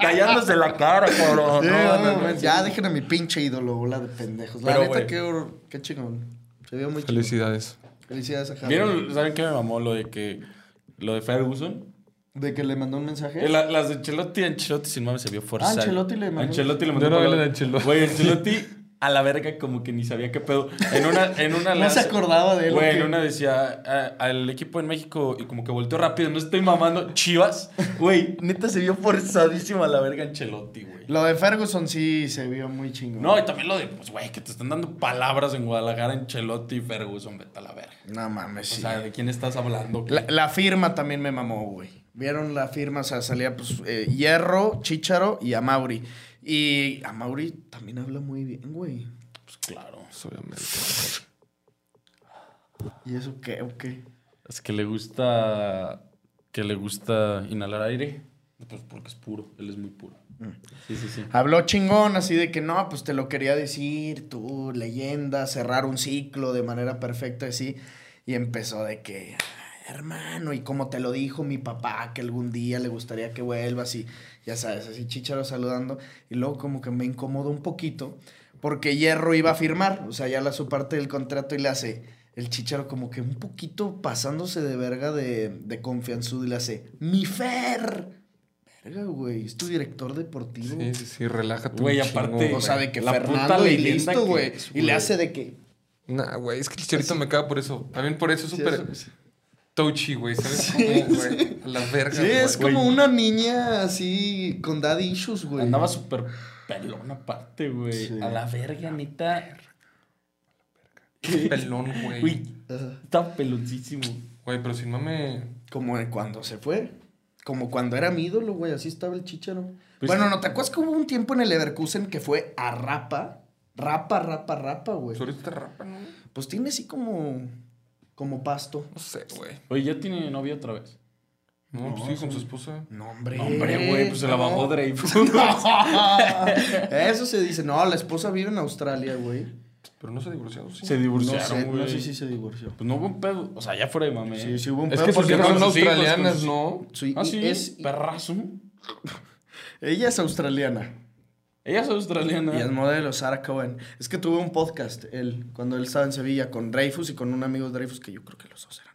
S3: tallándose la cara, cabrón.
S2: Sí,
S3: No, no,
S2: no,
S3: no.
S2: güey, ya dejen a mi pinche ídolo, bola de pendejos. La
S3: Pero,
S2: neta,
S3: güey.
S2: qué, hor- qué chingón. Se vio muy chingón.
S4: Felicidades.
S2: Felicidades a Javi.
S3: ¿Vieron? ¿Saben qué me mamó lo de que... Lo de Ferguson?
S2: De que le mandó un mensaje.
S3: Eh, la- las de Ancelotti, Ancelotti sin mames se vio forzado.
S2: Ah, Ancelotti le mandó-
S3: Ancelotti le
S4: Yo no vi
S3: palabra.
S4: la de Ancelotti.
S3: Güey, Ancelotti a la verga, como que ni sabía qué pedo. En una, en una le
S2: No se
S3: hace-
S2: acordaba de él.
S3: Güey,
S2: ¿o qué?
S3: en una decía "Ah, al equipo en México y como que volteó rápido, no estoy mamando, chivas. Güey, neta se vio forzadísimo a la verga Ancelotti, güey.
S2: Lo de Ferguson sí se vio muy chingón.
S3: No, y también lo de, pues, güey, que te están dando palabras en Guadalajara, Ancelotti y Ferguson, vete a la verga.
S2: No mames,
S3: O
S2: sí.
S3: sea, ¿de quién estás hablando?
S2: La, la firma también me mamó, güey. Vieron la firma, o sea, salía pues eh, Hierro, Chicharo y Amauri. Y Amauri también habla muy bien, güey.
S3: Pues claro.
S4: Obviamente.
S2: ¿Y eso qué o qué?
S3: Es que le gusta. Que le gusta inhalar aire. Pues porque es puro, él es muy puro. Sí, sí, sí.
S2: Habló chingón, así de que no, pues te lo quería decir, tú, leyenda, cerrar un ciclo de manera perfecta, así. Y empezó de que, "Ay, hermano, y como te lo dijo mi papá, que algún día le gustaría que vuelvas, y ya sabes, así chicharo saludando. Y luego, como que me incomodó un poquito, porque Hierro iba a firmar, o sea, ya la su parte del contrato y le hace. El chicharo como que un poquito pasándose de verga de, de confianzudo y le hace, mi Fer. Verga, güey, es tu director deportivo.
S4: Sí, sí, sí, relájate.
S3: Güey,
S4: un chingo,
S3: aparte-
S4: güey.
S2: O sea, de que
S3: La
S2: Fernando
S3: puta
S2: y
S3: leyenda
S2: listo,
S3: que
S2: güey.
S3: es,
S2: Y le
S3: güey.
S2: hace de que. pues,
S4: Nah, güey, es que el chicharito me caga por eso. También por eso es
S2: Sí,
S4: súper
S2: eso-
S4: touchy, güey. ¿Sabes cómo, güey? A la verga,
S2: Sí,
S4: güey.
S2: es como
S3: güey.
S2: una niña así con daddy issues, güey.
S3: Andaba súper pelón aparte, güey.
S2: Sí.
S3: A la verga, neta.
S4: Pelón,
S3: Güey,
S4: güey.
S2: Ajá.
S3: está peloncísimo.
S4: Güey, pero si no me...
S2: Como de cuando se fue. Como cuando era mi ídolo, güey. Así estaba el chicharo.
S3: Pues-
S2: bueno, ¿no te acuerdas que hubo un tiempo en el Leverkusen que fue a rapa? Rapa, rapa, rapa, güey.
S4: Ahorita te rapa, ¿no? No
S2: Pues tiene así como. Como pasto.
S4: sé, güey.
S3: Oye, ya tiene novia otra vez.
S4: No, pues sí, con su esposa.
S2: No, hombre.
S3: No, hombre, güey, pues se la bajó
S2: Eh, No.
S3: Dreyfus.
S2: Eso se dice. No, la esposa vive en Australia, güey.
S4: Pero no se ha divorciado, sí.
S3: Se divorciaron,
S2: no sé,
S3: güey.
S2: no sé si se divorció.
S3: Pues no hubo un pedo. O sea, ya fuera de mame. ¿eh?
S2: Sí, sí hubo un
S4: Es
S2: pedo
S4: que
S2: porque
S4: porque
S2: con
S4: son
S2: sus hijos,
S4: australianas,
S2: con
S4: ¿no?
S2: sus- Sí,
S3: Ah,
S2: y
S3: sí,
S2: es,
S3: perrazo.
S2: ella es australiana.
S3: Ella es australiana.
S2: Y es modelo, Sarah Cohen. Es que tuve un podcast, él, cuando él estaba en Sevilla, con Dreyfus y con un amigo de Dreyfus, que yo creo que los dos eran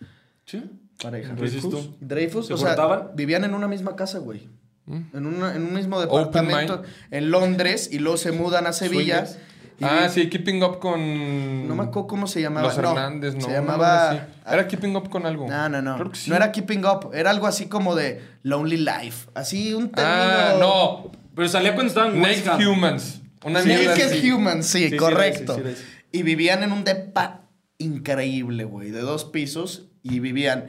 S2: medio
S3: ¿Sí?
S2: pareja.
S3: ¿Qué dices
S2: Dreyfus,
S3: tú?
S2: Dreyfus,
S3: ¿Se
S2: o sea,
S3: portaban?
S2: vivían en una misma casa, güey. En, una- en un mismo
S4: Mm. Open
S2: departamento
S4: mind.
S2: en Londres y luego se mudan a Sevilla.
S4: Swingers.
S2: y-
S4: Ah, sí, Keeping Up con...
S2: No me acuerdo cómo se llamaba.
S4: Los Hernández, ¿no?
S2: Se
S4: una
S2: llamaba...
S4: madre así. Era Keeping Up con algo.
S2: No, no, no.
S4: Creo que sí.
S2: No era Keeping Up. Era algo así como de Lonely Life. Así un término...
S4: Ah, no.
S3: Pero salía cuando estaban en West
S4: Next
S3: Ham.
S4: Humans. Una
S2: Sí,
S4: mierda
S2: es que
S4: así.
S2: es human, sí,
S3: Sí, sí,
S2: correcto.
S3: sí, sí, sí.
S2: Y vivían en un depa increíble, güey, de dos pisos. Y vivían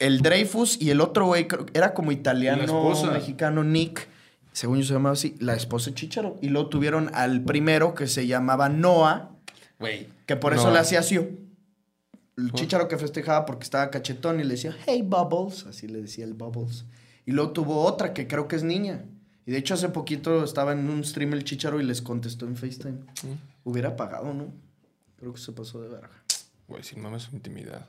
S2: el Dreyfus y el otro güey, creo que era como
S3: Y la
S2: italiano,
S3: esposa.
S2: mexicano, Nick. Según yo se llamaba así, la esposa de Chicharo. Y luego tuvieron al primero que se llamaba Noah,
S3: Güey.
S2: que por eso
S4: Noah.
S2: le hacía así. El Chicharo que festejaba porque estaba cachetón y le decía, hey Bubbles, así le decía el Bubbles. Y luego tuvo otra que creo que es niña. Y de hecho hace poquito estaba en un stream el Chicharo y les contestó en FaceTime. Hubiera pagado, ¿no? Creo que se pasó de verga.
S4: Güey, sin mames, intimidad.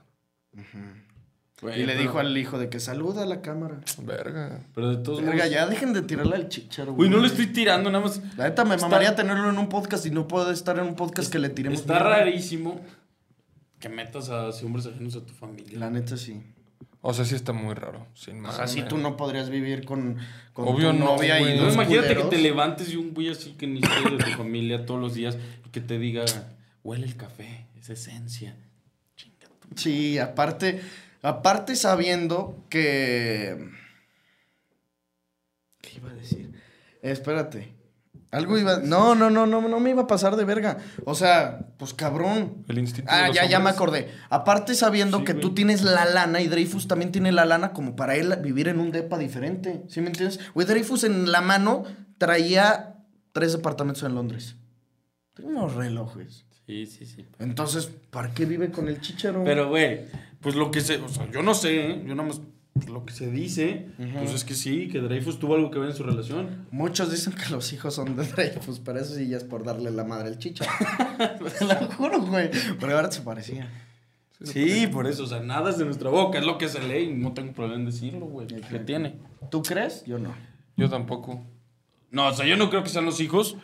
S3: Güey,
S2: Y le
S3: pero-
S2: dijo al hijo de que saluda a la cámara.
S4: Verga.
S3: Pero de todos
S2: Verga,
S3: modos.
S2: ya dejen de tirarle al Chicharo.
S3: Güey, no le estoy tirando, nada más.
S2: La neta me
S3: Está-
S2: mamaría tenerlo en un podcast y no puedo estar en un podcast que le tiremos.
S3: Está
S2: mierda.
S3: rarísimo que metas a si hombres ajenos a tu familia.
S2: La neta sí.
S4: O sea, sí está muy raro.
S2: O
S4: Sin mames.
S2: sea, sí tú no podrías vivir con, con
S4: Obvio
S2: tu
S4: no,
S2: novia
S4: güey.
S2: y
S3: No,
S2: dos
S3: imagínate
S2: culeros.
S3: que te levantes y un güey así que ni siquiera es de tu familia todos los días y que te diga, huele el café, es esencia. Chinga tu-
S2: Sí, aparte, aparte sabiendo que... ¿Qué iba a decir? Espérate. Algo iba... No, no, no, no, no me iba a pasar de verga. O sea, pues cabrón.
S4: El instinto de
S2: Ah,
S4: los
S2: ya, ya me
S4: hombres.
S2: acordé. Aparte sabiendo
S3: Sí,
S2: que
S3: güey.
S2: tú tienes la lana y Dreyfus también tiene la lana como para él vivir en un depa diferente. ¿Sí me entiendes? Güey, Dreyfus en la mano traía tres departamentos en Londres. Tiene unos relojes.
S3: Sí, sí, sí.
S2: Entonces, ¿para qué vive con el chicharo?
S3: Pero, güey, pues lo que se. O sea, yo no sé, ¿eh? yo nada más. pues, Lo que se dice, pues es que sí, que Dreyfus tuvo algo que ver en su relación.
S2: Muchos dicen que los hijos son de Dreyfus, pero eso sí ya es por darle la madre al chicharo. Te lo juro, güey. Pero ahora se parecía. pues
S3: Sí, por eso, o sea, nada es de nuestra boca, es lo que se lee y no tengo problema en decirlo, güey. ¿Qué
S2: Exacto.
S3: tiene?
S2: ¿Tú crees? Yo no.
S4: Yo tampoco.
S3: No, o sea, yo no creo que sean los hijos,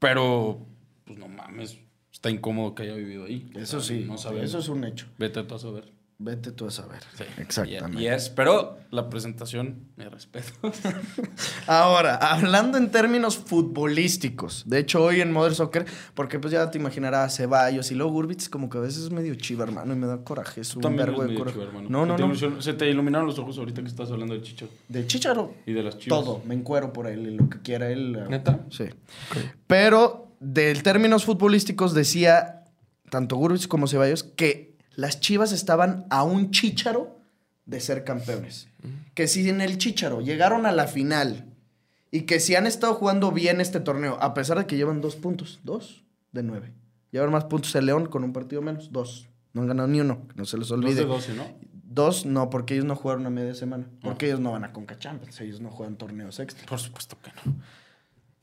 S3: pero, pues no mames, está incómodo que haya vivido ahí. O
S2: Eso
S3: sea,
S2: sí.
S3: No sabemos.
S2: eso es un hecho.
S3: Vete tú a saber.
S2: Vete tú a saber.
S3: Sí.
S2: Exactamente.
S3: Y, y es, pero la presentación, mi respeto.
S2: Ahora, hablando en términos futbolísticos, de hecho hoy en Modern Soccer, porque pues ya te imaginarás Ceballos y luego Gurbitz como que a veces es medio chiva, hermano, y me da coraje, es un
S3: También
S2: vergo
S3: eres
S2: de
S3: medio
S2: coraje.
S3: chiva, hermano.
S2: No,
S3: Se
S2: no,
S3: te
S2: no.
S3: ilusionó- se te iluminaron los ojos ahorita que estás hablando de Chicho
S2: De Chicharo.
S3: y de las chivas.
S2: Todo, me encuero por él y lo que quiera él. eh,
S4: ¿Neta?
S2: Sí. Pero, de términos futbolísticos, decía tanto Gurbis como Ceballos que las chivas estaban a un chícharo de ser campeones. Que si en el chícharo llegaron a la final y que si han estado jugando bien este torneo, a pesar de que llevan dos puntos, dos de nueve. Llevan más puntos el León con un partido menos, dos. No han ganado ni uno, que no se les
S3: Dos
S2: olvide.
S3: de 12, ¿no?
S2: Dos, no, porque ellos no jugaron a media semana. Porque ellos no van a Conca Champions, ellos no juegan torneos extra.
S3: Por supuesto que no.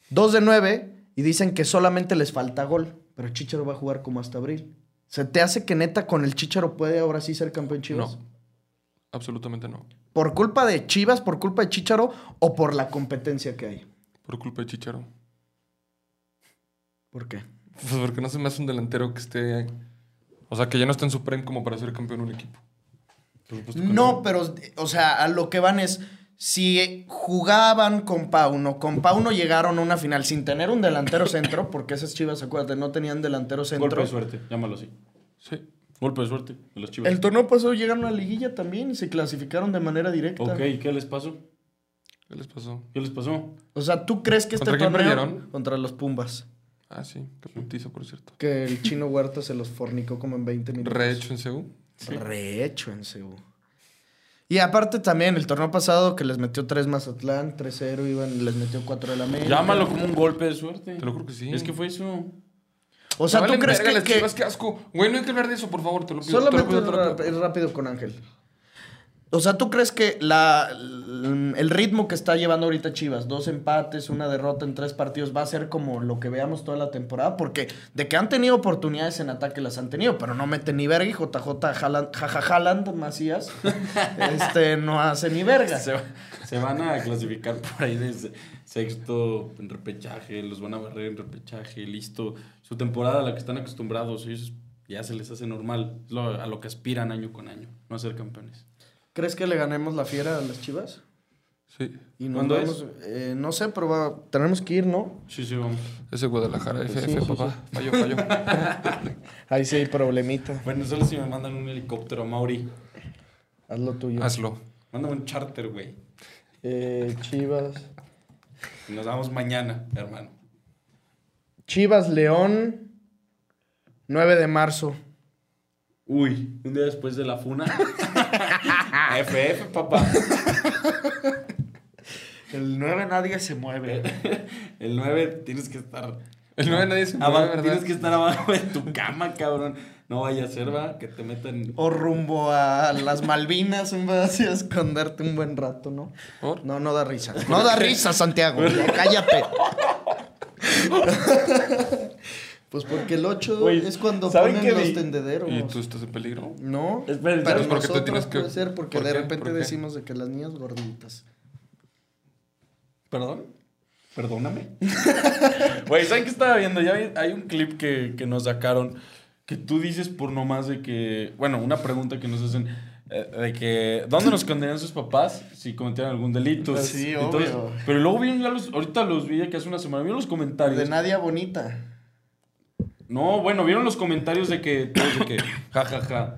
S2: Dos de nueve y dicen que solamente les falta gol. Pero Chicharo va a jugar como hasta abril. ¿Se te hace que neta con el Chicharo puede ahora sí ser campeón Chivas?
S4: No. Absolutamente no.
S2: ¿Por culpa de Chivas, por culpa de Chicharo o por la competencia que hay?
S4: Por culpa de Chicharo.
S2: ¿Por qué?
S4: Pues porque no se me hace un delantero que esté. O sea, que ya no está en su prime como para ser campeón de un equipo. Por supuesto que
S2: No, pero, o sea, a lo que van es. Si jugaban con Pauno, con Pauno llegaron a una final sin tener un delantero centro, porque esas chivas, acuérdate, no tenían delantero centro.
S3: Golpe de suerte, llámalo así.
S4: Sí.
S3: Golpe de suerte de las chivas.
S2: El torneo pasado llegaron a la liguilla también y se clasificaron de manera directa.
S3: Ok, ¿y ¿qué les pasó?
S4: ¿Qué les pasó?
S3: ¿Qué les pasó?
S2: O sea, ¿tú crees que este
S4: ¿Contra quién
S2: torneo
S4: perdieron?
S2: contra los Pumbas?
S4: Ah, sí. Qué puntizo, por cierto.
S2: Que el chino Huerta se los fornicó como en 20 minutos.
S4: Rehecho en CU.
S2: Rehecho en CU. Y aparte también, el torneo pasado que les metió 3 Mazatlán, 3-0, iban, les metió 4 de la América.
S3: Llámalo como un golpe de suerte.
S4: Te lo juro que sí.
S3: Es que fue eso.
S2: O sea,
S4: Me
S2: ¿tú
S4: valen
S2: crees
S4: verga
S2: que,
S4: las
S2: que
S4: chivas, qué asco. Güey, no hay que hablar de eso, por favor, te lo pido.
S2: solamente
S4: te lo pido, te lo
S2: ra-
S4: pido.
S2: es rápido con Ángel? O sea, ¿tú crees que la, el ritmo que está llevando ahorita Chivas, dos empates, una derrota en tres partidos, va a ser como lo que veamos toda la temporada? Porque de que han tenido oportunidades en ataque las han tenido, pero no mete ni verga y JJ Haaland, jaja Haaland, Macías, este, no hace ni verga.
S3: Se, va- se van a clasificar por ahí de se- sexto en repechaje, los van a barrer en repechaje, listo. Su temporada a la que están acostumbrados, ellos ya se les hace normal. Es lo- a lo que aspiran año con año, no a ser campeones.
S2: ¿Crees que le ganemos la fiera a las Chivas?
S4: Sí.
S2: Y nos
S3: ¿Cuándo
S2: vamos- eh, no sé, pero va- tenemos que ir, ¿no?
S3: Sí, sí, vamos.
S4: Ese Guadalajara, FF,
S2: Pues sí, sí,
S4: papá. Falló, falló.
S2: Ahí sí hay problemita.
S3: Bueno, solo si me mandan un helicóptero, Mauri.
S2: Haz lo tuyo.
S4: Hazlo.
S3: Mándame un charter, güey.
S2: Eh, Chivas.
S3: Y Nos vamos mañana, hermano.
S2: Chivas León, 9 de marzo.
S3: Uy, un día después de la funa. FF, papá.
S2: El 9 nadie se mueve.
S3: El 9 tienes que estar
S4: El 9 nadie
S2: Ah,
S4: se mueve,
S3: Aba-
S4: ¿verdad?
S3: tienes que estar abajo de tu cama, cabrón. No vaya a ser, va, que te metan.
S2: O rumbo a las Malvinas, en vez de esconderte un buen rato, ¿no?
S4: ¿Por?
S2: No, no da risa. No da risa, Santiago. Ya cállate. pues porque el 8
S3: Güey,
S2: es cuando
S3: ¿saben
S2: ponen
S3: qué
S2: los
S3: vi?
S2: tendederos.
S4: ¿Y tú estás en peligro?
S2: No,
S3: Esperen,
S2: pero
S3: ¿sabes
S4: por qué tú
S2: nosotros
S4: tienes que-
S2: puede ser porque
S4: ¿Por
S2: de
S4: qué?
S2: repente
S4: ¿Por qué?
S2: decimos de que las niñas gorditas.
S3: ¿Perdón? Perdóname. Güey, ¿saben qué estaba viendo? Ya vi- hay un clip que, que nos sacaron que tú dices por nomás de que. Bueno, una pregunta que nos hacen. eh, De que, ¿dónde nos condenan sus papás si cometieron algún delito?
S2: Pues sí,
S3: Entonces,
S2: obvio.
S3: Pero luego vi, ya los, ahorita los vi ya que hace una semana, vieron los comentarios.
S2: De Nadia Bonita.
S3: No, bueno, vieron los comentarios de que, todos de que, ja, ja, ja.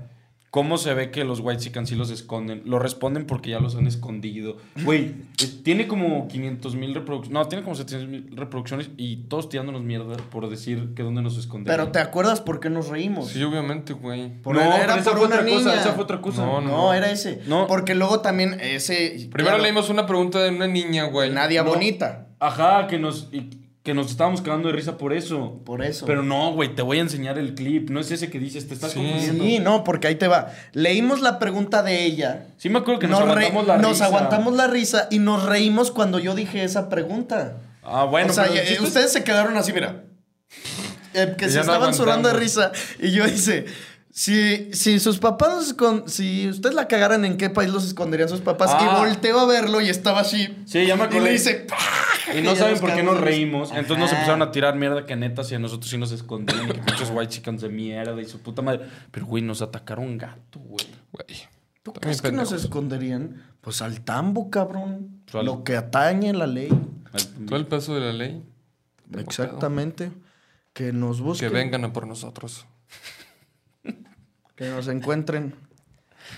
S3: ¿Cómo se ve que los White sí los esconden? Lo responden porque ya los han escondido. Güey, eh, tiene como 500 mil reproducciones. No, tiene como 700 mil reproducciones y todos tirándonos mierda por decir que dónde nos esconden.
S2: Pero ¿te acuerdas por qué nos reímos?
S4: Sí, obviamente, güey.
S2: Por-
S3: no,
S2: era
S3: pero esa
S2: por
S3: fue
S2: una
S3: otra cosa.
S2: niña.
S3: Esa fue otra cosa.
S4: No,
S2: No, era ese.
S3: No.
S2: Porque luego también ese.
S4: Primero
S2: claro,
S4: leímos una pregunta de una niña, güey.
S2: Nadia
S3: No.
S2: Bonita.
S3: Ajá, que nos, y- que nos estábamos cagando de risa por eso.
S2: Por eso.
S3: Pero no, güey, te voy a enseñar el clip. No es ese que dices, te estás
S4: Sí.
S3: confundiendo.
S2: Sí, no, porque ahí te va. Leímos la pregunta de ella.
S3: Sí me acuerdo que nos,
S2: re-
S3: aguantamos la
S2: nos
S3: risa.
S2: aguantamos la risa y nos reímos cuando yo dije esa pregunta.
S3: Ah, bueno.
S2: o sea,
S3: pero el
S2: eh,
S3: chiste es-
S2: ustedes se quedaron así, mira. Eh, que
S4: Y
S2: se
S4: ya no
S2: estaban surando de risa.
S4: aguantamos.
S2: Y yo hice. Si, si sus papás los escon- si ustedes la cagaran, ¿en qué país los esconderían sus papás?
S3: Ah.
S2: Y volteo a verlo y estaba así.
S3: Sí, ya me
S2: Y
S3: acordé.
S2: le hice. "Pah".
S3: Y no
S2: ya
S3: saben
S2: nos
S3: por qué
S2: quedamos
S3: nos
S2: en-
S3: reímos. Entonces nos
S2: Ajá.
S3: empezaron a tirar mierda que neta, si a nosotros sí nos escondían. y que pinches white chickens de mierda y su puta madre. Pero, güey, nos atacaron gato, güey.
S4: Güey.
S2: ¿Tú
S4: También
S2: crees que nos
S4: pendejos.
S2: esconderían? Pues al tambo, cabrón.
S3: Pues al-
S2: Lo que atañe la ley.
S4: Todo el peso de la ley.
S2: Exactamente. Pues Que nos
S4: Que
S2: busquen.
S4: vengan a por nosotros.
S2: que nos encuentren.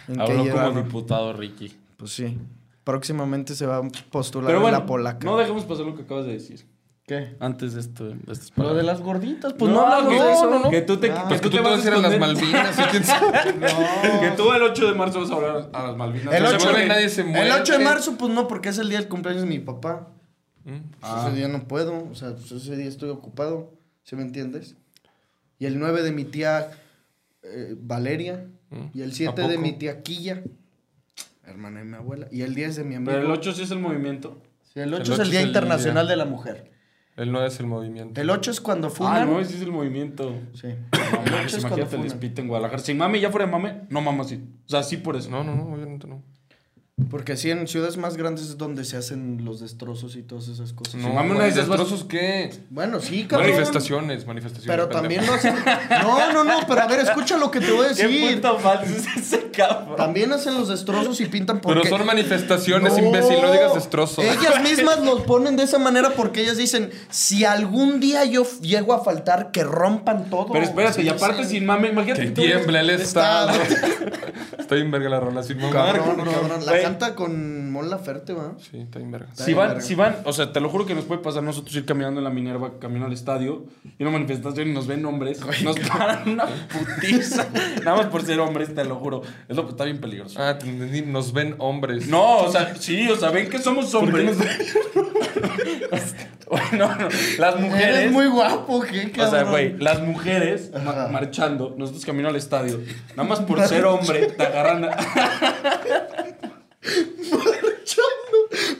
S2: ¿En qué
S3: Habló como
S2: llegaron?
S3: diputado Ricky.
S2: Pues sí. Próximamente se va a postular
S3: Pero
S2: en
S3: bueno,
S2: la polaca.
S3: no dejemos pasar lo que acabas de decir.
S2: ¿Qué?
S3: Antes de esto, de estas
S2: Lo de
S3: palabras.
S2: las gorditas, pues no, hablamos
S3: que,
S2: de eso.
S3: Que tú te,
S2: Ah.
S3: que
S4: Pues que
S3: tú
S4: tú
S3: te
S4: te
S3: vas a
S4: vas a ir a las
S3: esconder.
S4: Malvinas. ¿sí? ¿Quién sabe?
S3: Que tú el 8 de marzo vas a hablar
S2: Ah,
S3: a las Malvinas.
S2: El
S4: No se
S2: 8,
S4: muere,
S2: de,
S4: nadie se muere.
S2: el 8 de marzo, pues no, porque es el día del cumpleaños de mi papá. Pues
S3: Ah.
S2: Ese día no puedo, o sea, pues ese día estoy ocupado, ¿sí me entiendes? Y el 9 de mi tía eh, Valeria, y el 7 de
S4: poco?
S2: mi tía Quilla, hermana de mi abuela, y el 10 de mi amigo.
S3: Pero el 8 sí es el movimiento.
S2: Sí, el 8
S4: el
S2: es el
S4: 8
S2: Día
S4: es el
S2: Internacional
S4: día.
S2: de la Mujer.
S4: Él no es el movimiento.
S2: El 8 es cuando
S3: Ah,
S2: funan.
S3: no, ese es el movimiento.
S2: Sí.
S3: No,
S2: El 8
S3: mames,
S2: es cuando
S3: imagínate el
S2: funan.
S3: despite en Guadalajara. Si mame ya fuera mame, no mama así. O sea, sí por eso.
S4: No, no, no, obviamente no.
S2: Porque sí, en ciudades más grandes es donde se hacen los destrozos y todas esas cosas.
S4: No,
S3: mame, una
S4: güey,
S3: de esas vas-
S4: destrozos qué?
S2: Bueno, sí, cabrón.
S4: Manifestaciones, manifestaciones.
S2: Pero
S4: pendejo.
S2: también lo hacen. No, no, no, pero a ver, escucha lo que te voy a decir.
S3: falso es ese cabrón.
S2: También hacen los destrozos y pintan porque.
S4: Pero son manifestaciones, imbécil, no digas destrozos.
S2: Ellas mismas los ponen de esa manera porque ellas dicen: si algún día yo f- llego a faltar, que rompan todo.
S3: Pero espérate,
S2: Sí,
S3: y aparte
S2: sí.
S3: sin mame, imagínate
S4: Que
S3: tú eres-
S4: tiemble el Estado. Está bien verga la rola, sin mamar,
S2: Cabrón, cabrón. La
S3: Güey.
S2: canta con Mon Laferte, ¿va?
S4: Sí, está bien verga.
S3: Si van, si van, o sea, te lo juro que nos puede pasar nosotros ir caminando en la Minerva, camino al estadio, y una manifestación y nos ven hombres, nos paran una putiza, nada más por ser hombres, te lo juro. Es lo que está bien peligroso.
S4: Ah, te entendí, nos ven hombres.
S3: No, o sea, sí, o sea, ven que somos hombres. no, no, las mujeres.
S2: Eres muy guapo, qué
S3: O
S2: cabrón.
S3: sea, güey, las mujeres ma-
S2: Ajá.
S3: marchando, nosotros camino al estadio, nada más por ser hombre, te agarran. a-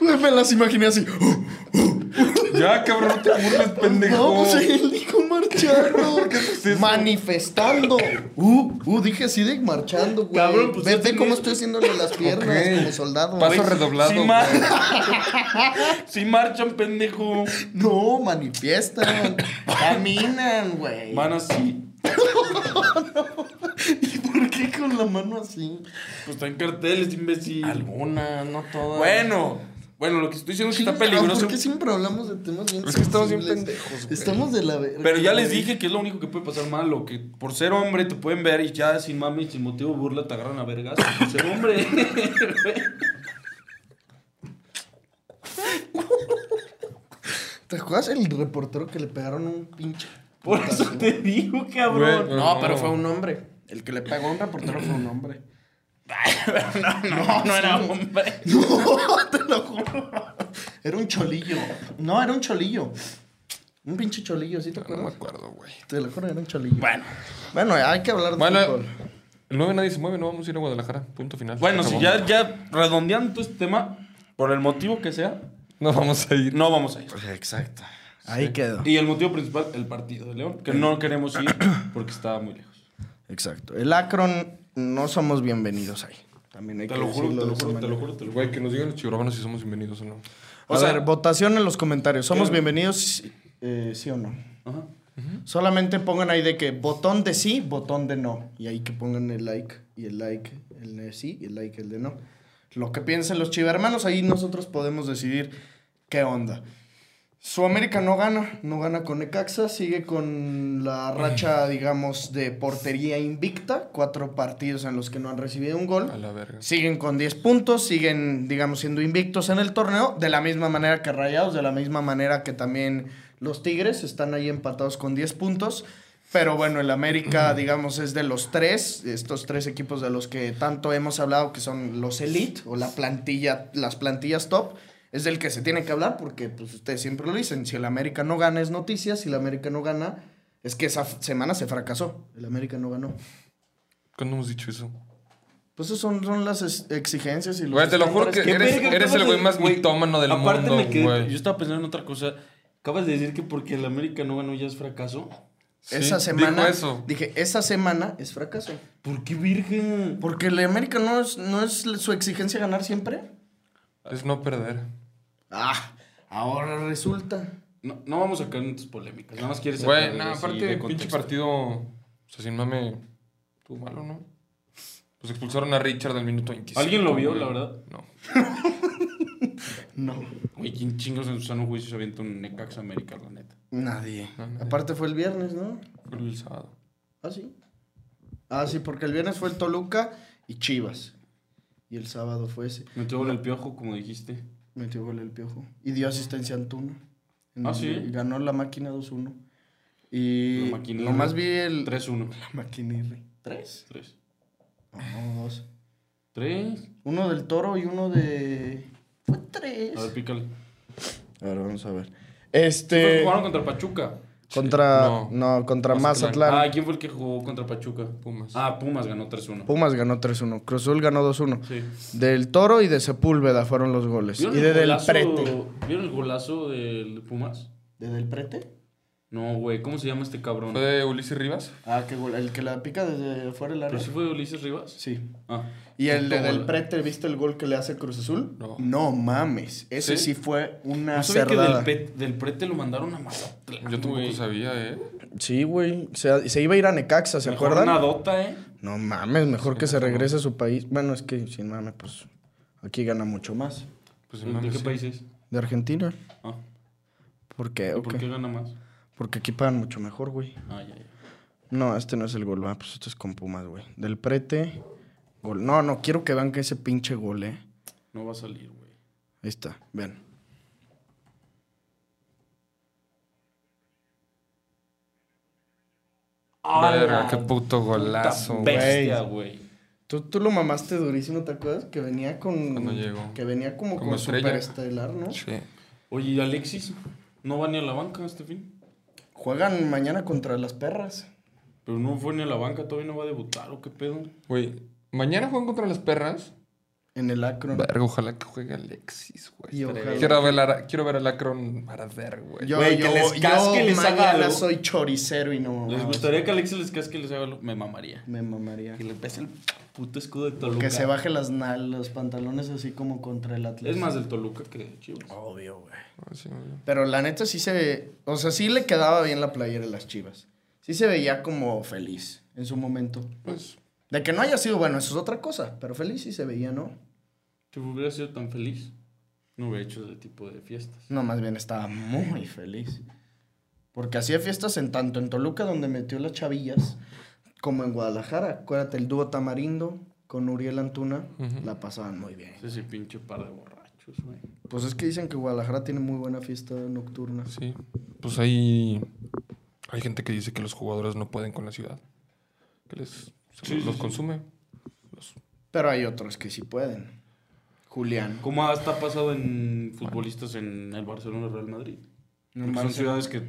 S2: Güey, me las imaginé así.
S4: Ya, cabrón, no te burles, pendejo.
S2: No, pues él dijo marchando. Manifestando. Uh, uh, dije así de marchando, güey.
S3: Cabrón, pues,
S2: ve,
S3: tú
S2: ve cómo
S3: tenías-
S2: estoy haciéndole las piernas
S4: Ok.
S2: como soldado.
S4: Paso
S2: Güey,
S4: redoblado.
S3: Sí,
S4: güey.
S3: mar- sí marchan, pendejo.
S2: No, manifiestan. Caminan, güey.
S3: Van así.
S2: ¿Y por qué con la mano así?
S3: Pues están carteles, imbécil.
S2: Algunas, no todas.
S3: Bueno, bueno, lo que estoy diciendo es que está
S2: Chingado,
S3: peligroso.
S2: ah, ¿Por qué siempre hablamos de temas bien
S4: Es que estamos bien
S2: sensibles?
S4: pendejos, güey.
S2: Estamos de la verga.
S3: Pero ya les
S2: güey.
S3: dije que es lo único que puede pasar malo, que por ser hombre te pueden ver y ya sin mami, sin motivo burla, te agarran a vergas. Por ser hombre.
S2: ¿Te acuerdas el reportero que le pegaron un pinche?
S3: Por
S2: putazo?
S3: eso te digo,
S4: Güey,
S3: cabrón.
S4: pero
S2: No, pero fue un hombre. El que le pegó a un reportero fue un hombre.
S3: No, no, no era hombre.
S2: No, te lo juro. Era un cholillo. No, era un cholillo. Un pinche cholillo, ¿sí te
S4: No me
S2: acuerdas?
S4: acuerdo, güey.
S2: Te lo juro, era un cholillo. Bueno. Bueno, hay que hablar de
S4: Bueno,
S2: fútbol.
S4: el 9 nadie se mueve, no vamos a ir a Guadalajara. Punto final.
S3: Bueno, si ya,
S4: Acabó.
S3: ya redondeando todo este tema, por el motivo que sea,
S4: No vamos a ir.
S3: no vamos a ir.
S2: Exacto. Ahí quedó.
S3: Y el motivo principal, el partido de León, que no queremos ir porque estaba muy lejos.
S2: Exacto. El Akron, no somos bienvenidos ahí. También hay
S3: Te
S2: que
S3: lo juro, te
S2: decirlo
S3: lo
S2: de esa
S3: juro, te lo
S2: manera.
S3: juro, te lo juro.
S4: Güey, que nos digan los chihuahuanos si somos bienvenidos o no.
S3: O
S2: A
S3: sea-
S2: ver, votación en los comentarios. ¿Somos
S3: ¿Qué?
S2: bienvenidos? eh, sí o no.
S3: Ajá.
S2: Solamente pongan ahí de que botón de sí, botón de no. Y ahí que pongan el like y el like, el de sí y el like, el de no. Lo que piensen los chivermanos, ahí nosotros podemos decidir qué onda. Sudamérica no gana, no gana con Necaxa, sigue con la racha, digamos, de portería invicta, cuatro partidos en los que no han recibido un gol.
S4: A la verga.
S2: Siguen con 10 puntos, siguen, digamos, siendo invictos en el torneo, de la misma manera que Rayados, de la misma manera que también los Tigres, están ahí empatados con 10 puntos. Pero bueno, el América, digamos, es de los tres, estos tres equipos de los que tanto hemos hablado, que son los Elite o la plantilla, las plantillas top, es del que se tiene que hablar porque pues ustedes siempre lo dicen, si el América no gana es noticia, si el América no gana es que esa f- semana se fracasó, el América no ganó.
S4: ¿Cuándo hemos dicho eso?
S2: Pues esas son, son las es- exigencias y los
S4: Güey, Pues, te lo juro
S2: estándares
S4: que eres,
S3: verga,
S4: eres
S3: acabas
S4: el güey
S3: de-
S4: más
S3: güey,
S4: mitómano del
S3: Aparte
S4: mundo,
S3: me quedé- yo
S4: güey.
S3: estaba pensando en otra cosa. Acabas de decir que porque el América no ganó ya es fracaso.
S4: Sí,
S2: esa
S4: dijo
S2: semana
S4: eso.
S2: dije esa semana es fracaso
S3: ¿Por qué virgen?
S2: porque el América no es no es su exigencia ganar siempre
S4: Es no perder.
S2: ah Ahora resulta.
S3: No, no vamos a caer en tus polémicas. Nada más quieres
S4: Güey,
S3: sacar
S4: no,
S3: así
S4: aparte,
S3: de
S4: pinche
S3: contexto.
S4: partido. O sea, sin mame. Tú malo, ¿no? Pues expulsaron a Richard al minuto 25.
S3: ¿Alguien lo vio,
S4: güey.
S3: la verdad?
S4: No.
S2: No.
S3: Güey, ¿quién chingos en su sano juicio se avienta un Necax América, la neta?
S2: Nadie.
S4: No, nadie.
S2: Aparte fue el viernes, ¿no?
S4: Fue el sábado.
S2: Ah, sí. Ah, sí, porque el viernes fue el Toluca y Chivas. Y el sábado fue ese.
S3: Metió gol el piojo, como dijiste.
S2: Metió gol el Piojo. Y dio asistencia al Antuna. En
S3: Ah,
S2: el-
S3: ¿sí?
S2: Ganó la máquina 2-1. Y
S3: La maquinirri.
S2: nomás vi el...
S3: 3-1.
S2: La maquinirri. ¿Tres?
S3: 3.
S2: No, dos.
S3: 3.
S2: Uno del Toro y uno de... Fue
S3: A ver,
S2: tres.
S3: pícale.
S2: A ver, vamos a ver.
S3: Fue el que
S2: Este...
S3: Jugaron contra Pachuca.
S2: Contra...
S4: No.
S2: No, contra
S4: Mazatlán.
S2: Mazatlán.
S3: Ah, ¿quién fue el que jugó contra Pachuca?
S4: Pumas.
S3: Ah, Pumas ganó 3-1.
S2: Pumas ganó 3-1. Cruz Azul ganó 2-1.
S3: Sí.
S2: Del Toro y de Sepúlveda fueron los goles. Y
S3: ¿Vieron
S2: de
S3: el
S2: Del
S3: golazo-
S2: Prete.
S3: ¿Vieron el golazo del Pumas?
S2: ¿De Del Prete?
S3: No, güey, ¿cómo se llama este cabrón?
S4: ¿Fue de Ulises Rivas?
S2: Ah, qué gol. El que la pica desde fuera del
S3: ¿Pero
S2: área.
S3: sí fue Ulises Rivas?
S2: Sí.
S3: Ah.
S2: Y el de
S3: Puto
S2: Del
S3: gol.
S2: Prete, ¿viste el gol que le hace Cruz Azul?
S4: No.
S2: mames. Ese sí,
S3: ¿Sí?
S2: fue una
S3: No sabía que
S2: cerdada.
S3: del, Pet- del Prete lo mandaron a Mazatlán.
S4: Yo tampoco
S3: güey.
S4: sabía, ¿eh?
S2: Sí, güey. Se, se iba a ir a Necaxa, ¿se
S3: Mejor
S2: acuerdan?
S3: Una dota, ¿eh?
S2: No mames, mejor que se regrese a su país. Bueno, es que sin mames, pues aquí gana mucho más.
S4: Pues
S3: ¿De
S4: mames,
S3: qué
S4: sí.
S3: país es?
S2: De Argentina.
S3: Ah,
S2: ¿Por qué?
S3: ¿y
S2: ¿O
S3: ¿Por
S2: qué?
S3: qué gana más?
S2: Porque aquí pagan mucho mejor, güey.
S3: Ah, ya, ya.
S2: No, este no es el gol, va, pues esto es con Pumas, güey. Del Prete, gol. No, no, quiero que vean que ese pinche gol, eh.
S3: No va a salir, güey.
S2: Ahí está, vean.
S4: Verga, qué puto golazo,
S3: Puta
S4: güey.
S3: Bestia, güey.
S2: Tú, tú lo mamaste durísimo, ¿te acuerdas? Que venía con.
S4: Cuando llegó.
S2: Que venía como,
S4: Como
S2: con
S4: estrella.
S2: superestelar, ¿no?
S4: Sí.
S3: Oye, ¿y Alexis? ¿No va ni a la banca este fin?
S2: Juegan mañana contra las perras.
S3: Pero no fue ni a la banca, todavía no va a debutar, ¿o qué pedo?
S4: Güey, mañana juegan contra las perras.
S2: En el Akron.
S4: Verga, ojalá que juegue Alexis,
S2: Y
S4: güey.
S2: ojalá-
S4: Quiero ver, la, quiero ver al Akron arder, güey.
S2: Yo,
S3: Pues, Güey, que
S2: yo,
S3: les casque,
S2: yo
S3: les haga
S2: mañana
S3: algo.
S2: soy choricero y no.
S3: ¿Les
S2: mames.
S3: gustaría que Alexis les casque y les haga lo... Me mamaría.
S2: Me mamaría.
S3: Que le pese el puto escudo de Toluca.
S2: Que se baje las nal- los pantalones así como contra el Atlas.
S3: Es más del Toluca que de Chivas.
S2: Obvio, güey.
S4: Ah, sí, obvio.
S2: Pero la neta sí se. O sea, sí le quedaba bien la playera de las chivas. Sí se veía como feliz en su momento.
S4: Pues,
S2: De que no haya sido bueno, eso es otra cosa. Pero feliz sí se veía, ¿no?
S3: Si hubiera sido tan feliz, no hubiera hecho ese tipo de fiestas.
S2: No, más bien estaba muy feliz. Porque hacía fiestas en tanto en Toluca, donde metió las chavillas, como en Guadalajara. Acuérdate, el dúo Tamarindo con Uriel Antuna la pasaban muy bien.
S3: Es ese pinche par de borrachos, güey.
S2: Pues es que dicen que Guadalajara tiene muy buena fiesta nocturna.
S4: sí. Pues hay, hay gente que dice que los jugadores no pueden con la ciudad. Que les se
S3: Sí,
S4: los,
S3: sí,
S4: los
S3: sí.
S4: consume.
S2: Pero hay otros que sí pueden. Julián.
S3: ¿Cómo hasta ha pasado en futbolistas en el Barcelona Real Madrid?
S4: pues
S3: Porque son ciudades que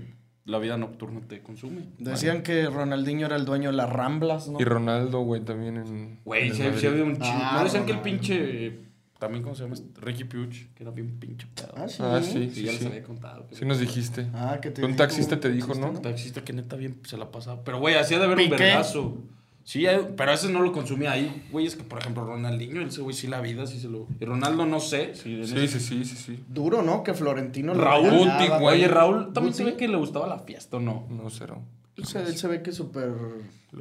S3: la vida nocturna te consume.
S2: Decían que Ronaldinho era el dueño de las Ramblas, ¿no?
S4: Y Ronaldo, güey, también en. en
S3: Güey,
S4: el
S3: se,
S4: Madrid.
S3: se había un chingo.
S2: Ah,
S3: no decían
S2: no,
S3: que el
S2: no,
S3: pinche. eh, También, ¿cómo se llama? este? Ricky Puch, que era bien pinche pedo.
S2: Ah, sí.
S4: Ah, sí,
S3: Sí,
S4: sí,
S3: ya les
S4: sí.
S3: había contado. que
S4: Sí nos dijiste.
S2: Ah, que te
S4: un
S2: dijo-
S4: taxista te dijo, ¿no?
S3: Un taxista que neta bien se la pasaba. Pero, güey, hacía de ver un
S2: Piqué.
S3: vergazo. Sí, eh, pero ese no lo consumía ahí. Güey, es que, por ejemplo, Ronaldinho, ese güey sí la vida, sí se lo. Y Ronaldo no sé. si en
S4: Sí,
S3: ese-
S4: sí, sí, sí, sí.
S2: Duro, ¿no? Que Florentino lo
S3: Raúl,
S2: regalaba,
S4: Guti, güey.
S3: Oye, Raúl, también se
S2: Guti.
S3: ve que le gustaba la fiesta, ¿o no?
S4: No, cero.
S2: Él se, él se ve que es súper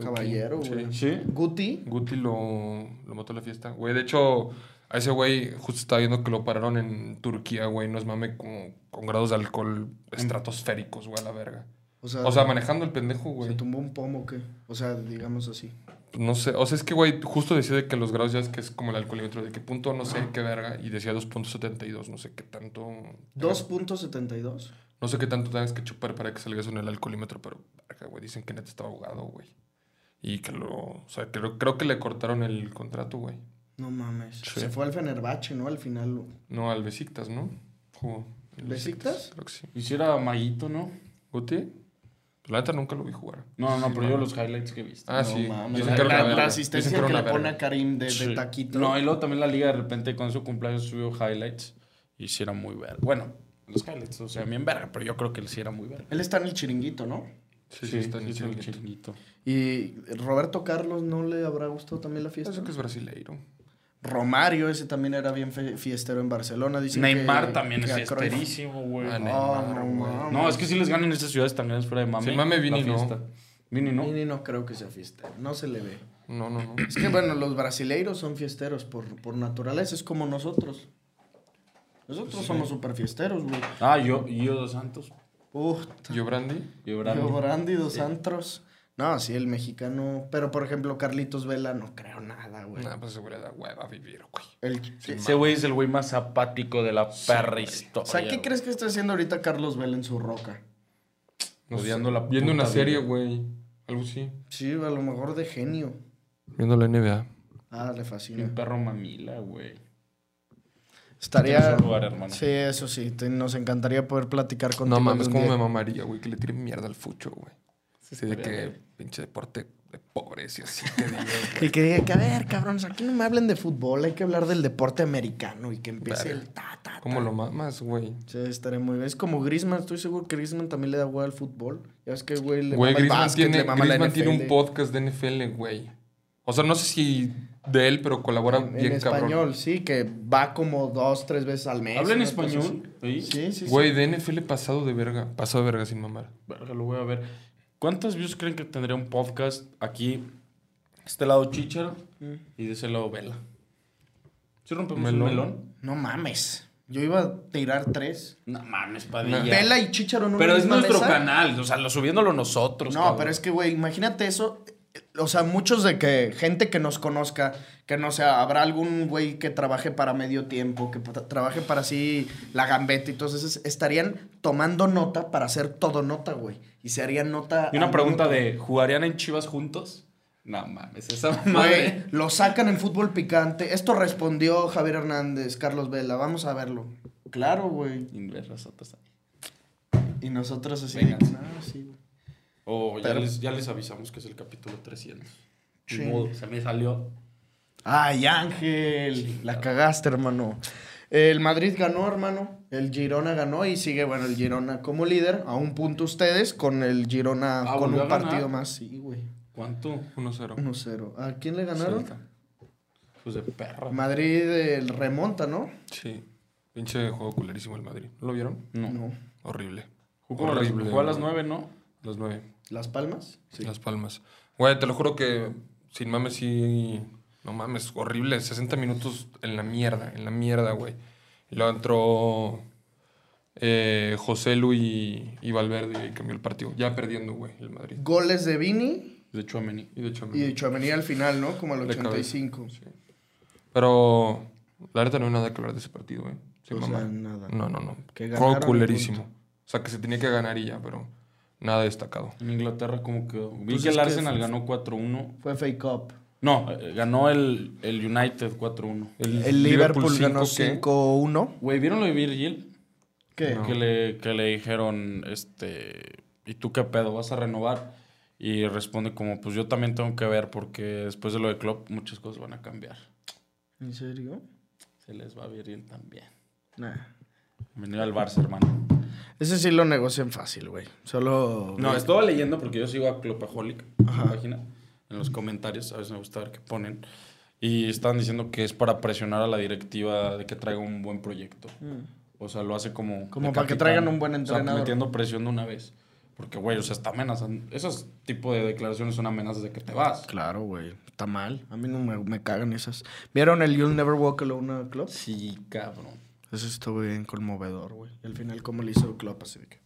S2: caballero,
S4: sí.
S2: güey.
S3: Sí.
S2: Guti.
S4: Guti lo, lo mató a la fiesta. Güey, de hecho, a ese güey justo estaba viendo que lo pararon en Turquía, güey. No es mame como con grados de alcohol estratosféricos, güey, a la verga.
S2: O sea,
S4: O sea, manejando el pendejo, güey.
S2: se tumbó un pomo, que O sea, digamos así.
S4: No sé, o sea, es que, güey, justo decía de que los grados ya es que es como el alcoholímetro, de qué punto, no sé qué verga, y decía 2.72, no sé qué tanto.
S2: 2.72.
S4: No sé qué tanto tengas que chupar para que salgas en el alcoholímetro, pero, verga, güey, dicen que neta estaba ahogado, güey. Y que lo. O sea, creo, creo que le cortaron el contrato, güey.
S2: No mames.
S4: Sí.
S2: Se fue al Fenerbahce, ¿no? Al final.
S4: No, al Besiktas, ¿no? Jugó. en el
S2: ¿Besiktas?
S4: Creo que sí.
S3: Hiciera Maguito, ¿no?
S4: ¿Guti? La neta nunca lo vi jugar.
S3: No, no, pero yo los highlights que he visto.
S4: Ah,
S2: no
S4: sí.
S2: mames.
S4: Dicen
S2: La,
S4: que era una
S2: la- la
S4: verga. Dicen
S2: asistencia
S4: era
S2: que,
S4: una
S2: le pone
S4: verga.
S2: a Karim de, de
S3: Sí.
S2: taquito.
S3: No, y luego también la liga de repente con su cumpleaños subió highlights. Y sí era muy verga. Bueno, los highlights, o sea, bien verga, pero yo creo que él sí era muy verga.
S2: Él está en el chiringuito, ¿no?
S4: Sí, sí, está en el
S3: sí, el chiringuito.
S4: chiringuito.
S2: Y Roberto Carlos no le habrá gustado también la fiesta.
S4: Eso que es brasileiro.
S2: Romario, ese también era bien fe- fiestero en Barcelona. Dicen
S3: Neymar
S2: que-
S3: también
S2: que
S3: es
S2: a Cruyff.
S3: fiesterísimo, güey.
S4: Ah,
S3: no,
S2: No, no, mames.
S3: es que si les ganan esas ciudades tan grandes fuera de mame.
S4: Sí, mame Vini
S3: la
S4: no.
S3: fiesta. Vini no.
S2: Vini no creo que sea fiestero, no se le ve.
S4: No, no, no.
S2: Es que bueno, los brasileiros son fiesteros por, por naturaleza, es como nosotros. Nosotros somos super fiesteros, güey.
S3: Ah, yo, yo dos Santos.
S2: Puta.
S4: Yo, Brandy.
S3: Yo, Brandi.
S2: Yo, Brandi, dos antros. No, sí, el mexicano. Pero por ejemplo, Carlitos Vela, no creo nada, güey.
S4: Nada, pues seguro da hueva vivir, güey.
S2: El-
S3: Ese güey es el güey más apático de la perra
S2: o sea, ¿qué crees que está haciendo ahorita Carlos Vela en su roca?
S4: No sé,
S3: Odiando la
S4: Viendo
S3: puta
S4: una serie,
S3: vida.
S4: güey. Algo así.
S2: Sí, a lo mejor de genio.
S4: Viendo la NBA.
S2: Ah, le fascina.
S3: Un perro mamila, güey.
S2: Estaría.
S3: Tienes un lugar, hermano.
S2: Sí, eso sí. te- nos encantaría poder platicar contigo.
S4: No mames,
S2: algún
S4: cómo
S2: día.
S4: me mamaría, güey, que le tiren mierda al fucho, güey. Así de
S3: estaría
S4: que pinche deporte de pobres y así te digo.
S2: Y que diga que, a ver, cabrones, aquí no me hablen de fútbol, hay que hablar del deporte americano y que empiece el ta, ta, ta.
S4: ¿Cómo lo mamas, güey?
S2: Sí, estaré muy bien. Es como Griezmann, estoy seguro que Griezmann también le da hueá al fútbol. Ya ves que, güey, le
S4: Güey,
S2: mama el
S4: Griezmann,
S2: básquet,
S4: tiene,
S2: le mama la
S4: Griezmann tiene
S2: NFL.
S4: un podcast de NFL, güey. O sea, no sé si de él, pero colabora
S2: En, en
S4: bien
S2: español,
S4: cabrón.
S2: sí, que va como dos, tres veces al mes.
S3: ¿Habla en
S2: una cosa
S3: español?
S2: así.
S3: Sí.
S2: Sí, sí,
S4: Güey, de NFL pasado de verga. Pasado de verga sin mamar.
S3: Verga, lo voy a ver. ¿Cuántas views creen que tendría un podcast aquí? Este lado Chicharo
S2: Mm.
S3: y de ese lado Vela. ¿Sí rompemos
S4: Melón.
S3: un melón?
S2: sí. No mames. Yo iba a tirar tres.
S3: No mames, padilla.
S2: Vela y Chicharo no
S3: Pero es nuestro canal, o sea, lo subiéndolo nosotros.
S2: No,
S3: cabrón.
S2: pero es que, güey, imagínate eso. eh, O sea, muchos de que gente que nos conozca, que no sea, habrá algún güey que trabaje para medio tiempo, que tra- trabaje para así la gambeta y todo eso, es- estarían tomando nota para hacer todo nota, güey. Y se harían nota.
S3: Y
S2: al
S3: una pregunta
S2: minuto.
S3: de, ¿jugarían en Chivas juntos? No mames, esa
S2: Güey,
S3: madre.
S2: lo sacan en fútbol picante. Esto respondió Javier Hernández, Carlos Vela. Vamos a verlo. Claro, güey.
S3: Inver, rasotas ahí.
S2: Y nosotros así.
S3: Venga.
S2: de que, "No, sí, güey".
S3: O ya,
S2: Pero-
S3: les, ya les avisamos que es el capítulo 300. Ni
S2: Sí.
S3: modo, se me salió.
S2: Ay, Ángel, la cagaste, hermano. El Madrid ganó, hermano. El Girona ganó y sigue, bueno, el Girona como líder. A un punto ustedes con el Girona
S3: Ah,
S2: con
S3: ¿volvió
S2: un
S3: a ganar?
S2: partido más. Sí, güey.
S3: ¿Cuánto?
S4: 1-0.
S2: 1-0. ¿A quién le ganaron?
S4: Celta.
S3: Pues de perra.
S2: Madrid el remonta, ¿no?
S4: Sí. Pinche juego culerísimo el Madrid. ¿No lo vieron?
S3: No.
S2: No.
S4: Horrible.
S3: Jugó, a las-
S4: Horrible,
S3: jugó a las
S4: güey.
S3: 9, ¿no?
S4: Las 9.
S2: ¿Las Palmas?
S4: Las Palmas. Güey, te lo juro que sin mames sí. No mames, horrible. 60 minutos en la mierda, en la mierda, güey. Y luego entró eh, José Luis y Valverde y cambió el partido. Ya perdiendo, güey, el Madrid.
S2: Goles de Vini
S3: De Chouameni.
S4: Y de hecho,
S2: y de Chouameni al final, ¿no? Como al
S4: De cabeza.
S2: 85.
S4: sí. Pero la neta no hay nada que hablar de ese partido, güey. Sí,
S2: O sea,
S4: mamá.
S2: nada.
S4: No, no, no.
S2: Que
S4: Juego
S2: ganaron y
S4: culerísimo. O sea, que se tenía que ganar y ya, pero nada destacado.
S3: En Inglaterra, ¿cómo quedó? Vi
S2: Pues
S3: que
S2: es
S3: el
S2: que-
S3: Arsenal ganó 4-1.
S2: Fue fake up.
S3: No, eh, ganó el, el United 4-1.
S2: El Liverpool, ganó
S4: 5,
S2: 5-1.
S3: Güey, ¿vieron lo de Virgil?
S2: ¿Qué?
S3: Que, le, que le dijeron, este, ¿y tú qué pedo? ¿Vas a renovar? Y responde como, pues yo también tengo que ver porque después de lo de Klopp muchas cosas van a cambiar.
S2: ¿En serio?
S3: Se les va a Virgil también.
S2: Nah.
S3: Bienvenido al Barça, hermano.
S2: Ese sí lo negocian fácil, güey. Solo.
S3: No, estaba leyendo porque yo sigo a Clopaholic,
S2: Ajá.
S3: la página, en los comentarios, a veces me gusta ver qué ponen. Y estaban diciendo que es para presionar a la directiva de que traiga un buen proyecto. O sea, lo hace como.
S2: Como
S3: de
S2: para que
S3: capitán.
S2: traigan un buen
S3: O sea,
S2: entrenador.
S3: metiendo presión de una vez. Porque, güey, o sea, está amenazando. Esos tipo de declaraciones son amenazas de que te vas.
S2: Claro, güey. Está mal. A mí no me, me cagan esas. ¿Vieron el You'll Never Walk Alone a Klopp?
S3: Sí, cabrón.
S2: Eso estuvo bien conmovedor, güey. Y al final, ¿cómo le hizo Klopp? Así de que.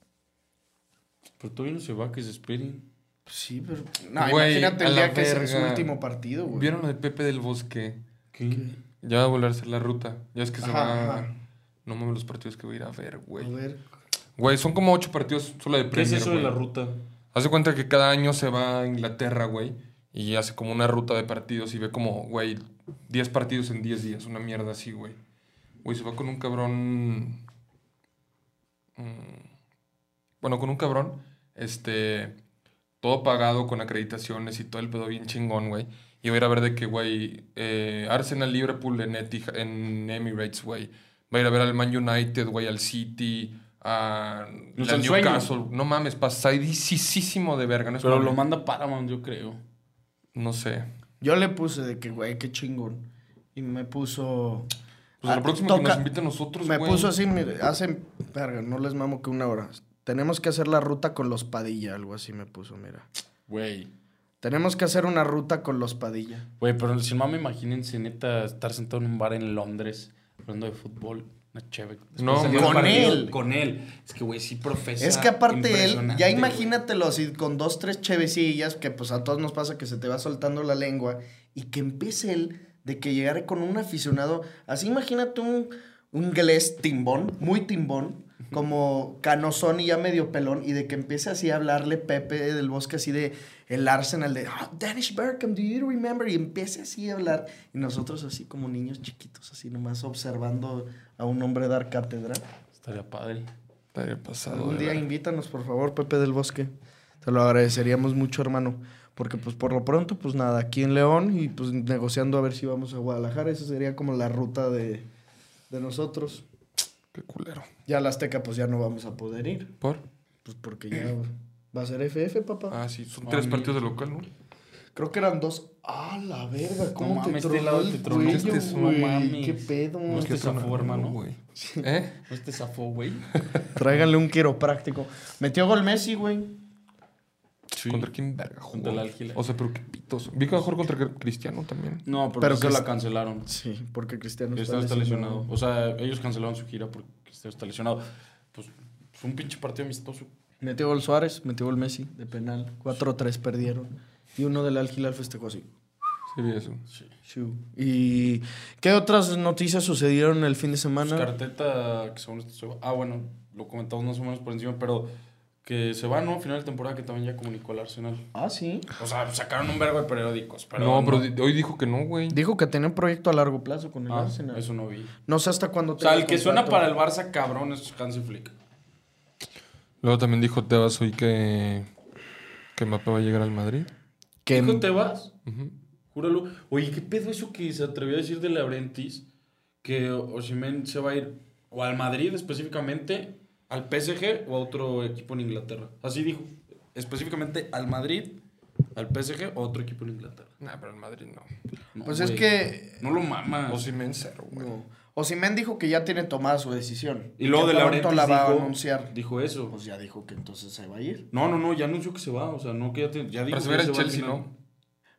S3: Pero tú vienes y va que es Spirin.
S2: pues sí, pero. No,
S4: Güey,
S2: imagínate el
S4: a la
S2: día que es su
S4: verga.
S2: último partido, güey.
S4: ¿Vieron lo de Pepe del Bosque?
S3: ¿Qué?
S4: Ya va a volver a hacer la ruta. Ya es que se
S2: Ajá,
S4: va.
S2: ajá.
S4: No mames los partidos que voy a ir a ver,
S2: A
S4: güey.
S2: ver.
S4: Güey, son como ocho partidos solo de
S3: ¿Qué es
S4: Premier,
S3: eso de
S4: güey.
S3: la ruta?
S4: Hace cuenta que cada año se va a Inglaterra, güey. Y hace como una ruta de partidos y ve como, güey, 10 partidos en 10 días. Una mierda así, güey. Güey, se va con un cabrón. mm, Bueno, con un cabrón. Este. Todo pagado con acreditaciones y todo el pedo bien chingón, güey. Y va a ir a ver de que, güey, eh, Arsenal, Liverpool en, Etih- en Emirates, güey. Va a ir a ver al Man United, güey, al City, a
S3: Los
S4: la
S3: ensueños.
S4: Newcastle. No mames, pasadísimo de verga. No, es
S3: Pero
S4: mame.
S3: lo manda Paramount, yo creo.
S4: no sé. Pues
S2: Yo le puse de que, güey, qué chingón. y me puso...
S4: Pues a
S2: "Ah,
S4: la próxima que
S2: toca".
S4: nos inviten nosotros,
S2: Me
S4: güey.
S2: puso así, mire, hace, verga, no les mamo que una hora. Tenemos que hacer la ruta con los Padilla, algo así me puso, mira.
S3: Güey.
S2: Tenemos que hacer una ruta con los Padilla.
S3: Güey, pero sin mame, imagínense, neta, estar sentado en un bar en Londres hablando de fútbol. Una chévere. Después
S4: No,
S3: salir
S2: con
S3: al partido,
S2: él.
S3: Con él. Es que, güey, sí profesa.
S2: es que aparte él,
S3: impresionante,
S2: ya
S3: güey.
S2: imagínatelo así, con dos, tres chevecillas, que pues a todos nos pasa que se te va soltando la lengua, y que empiece él de que llegara con un aficionado, así imagínate un, un inglés timbón, muy timbón, como canosón y ya medio pelón, y de que empiece así a hablarle Pepe del Bosque, así de el Arsenal, de "Ah, Danish Berkham, do you remember? Y empiece así a hablar, y nosotros así como niños chiquitos, así nomás observando a un hombre dar cátedra.
S3: Estaría padre.
S4: Estaría pasado.
S2: Algún
S4: de
S2: día
S4: ver.
S2: invítanos, por favor, Pepe del Bosque. Te lo agradeceríamos mucho, hermano. Porque, pues, por lo pronto, pues nada, aquí en León y pues negociando a ver si vamos a Guadalajara. Esa sería como la ruta de, de nosotros.
S4: Qué culero.
S2: Ya a la Azteca, pues ya no vamos a poder ir.
S4: ¿Por?
S2: Pues porque ya va a ser FF, papá.
S4: Ah, sí, son tres
S3: Ah,
S4: partidos de local, ¿no?
S2: Creo que eran dos. ¡Ah, la verga! ¿Cómo te
S3: mames, este
S2: tronó
S3: lado
S2: el
S3: te tronó.
S2: cuello,
S4: Este es un- este
S2: güey?
S3: no mames.
S2: ¡Qué pedo!
S3: No Este es que
S4: Qué
S3: zafó,
S4: tonto,
S3: hermano.
S4: güey. ¿Eh?
S3: ¿No te zafó, güey?
S2: Tráiganle un quiropráctico. Metió gol Messi, güey.
S3: Sí.
S4: ¿Contra quién verga jugó?
S3: Contra el Al Hilal.
S4: O sea, pero qué pitos. Vi que mejor contra Cristiano también.
S3: No, pero,
S2: Pero
S3: que
S2: que
S3: la
S2: es-
S3: cancelaron.
S2: Sí, porque Cristiano
S3: Cristiano está lesionado. O sea, ellos cancelaron su gira porque Cristiano está lesionado. Pues fue un pinche partido amistoso.
S2: Metió gol Suárez, metió gol Messi de penal. 4-3 perdieron. Y uno del Al Hilal festejó así.
S4: Sí, vi eso.
S3: Sí.
S2: Shoo. ¿Y qué otras noticias sucedieron el fin de
S3: Pues,
S2: semana?
S3: Carteta, que según esto se va- Ah, bueno, lo comentamos más o menos por encima, pero que se va, ¿no? Final de temporada que también ya comunicó al Arsenal.
S2: ah, sí.
S3: O sea, sacaron un vergo de periódicos, pero.
S4: no, pero di- hoy dijo que no, güey.
S2: Dijo que tenía un proyecto a largo plazo con el
S3: Ah,
S2: Arsenal.
S3: eso no vi.
S2: No sé hasta cuándo
S3: O sea,
S2: tenga
S3: el que suena para
S2: contrato.
S3: el Barça, cabrón, es Hansi Flick.
S4: Luego también dijo Tebas hoy que. que Mbappé va a llegar al Madrid.
S2: Que-
S3: Hijo, ¿te vas?
S4: Em, Ujú.
S3: Júralo. Oye, ¿qué pedo eso que se atrevió a decir de Laurentis? Que Osimhen se va a ir o al Madrid específicamente, al PSG o a otro equipo en Inglaterra. Así dijo. Específicamente al Madrid, al PSG o a otro equipo en Inglaterra.
S4: Nah, pero al Madrid no.
S3: No,
S2: Pues es
S3: güey.
S2: que...
S3: No lo mamas.
S4: O si cero, Pues güey.
S2: No. Osimhen dijo que ya tiene tomada su decisión.
S3: y luego
S2: Que
S3: de
S2: pronto
S3: Laurentis
S2: la va
S3: dijo,
S2: a anunciar.
S3: Dijo eso.
S2: Pues ya dijo que entonces se va a ir.
S3: No, no, no, ya anunció que se va. O sea, no que ya, te- ya dijo
S4: Para
S3: que
S4: saber
S3: se
S4: el
S3: va al
S4: Chelsea,
S3: final.
S4: ¿no?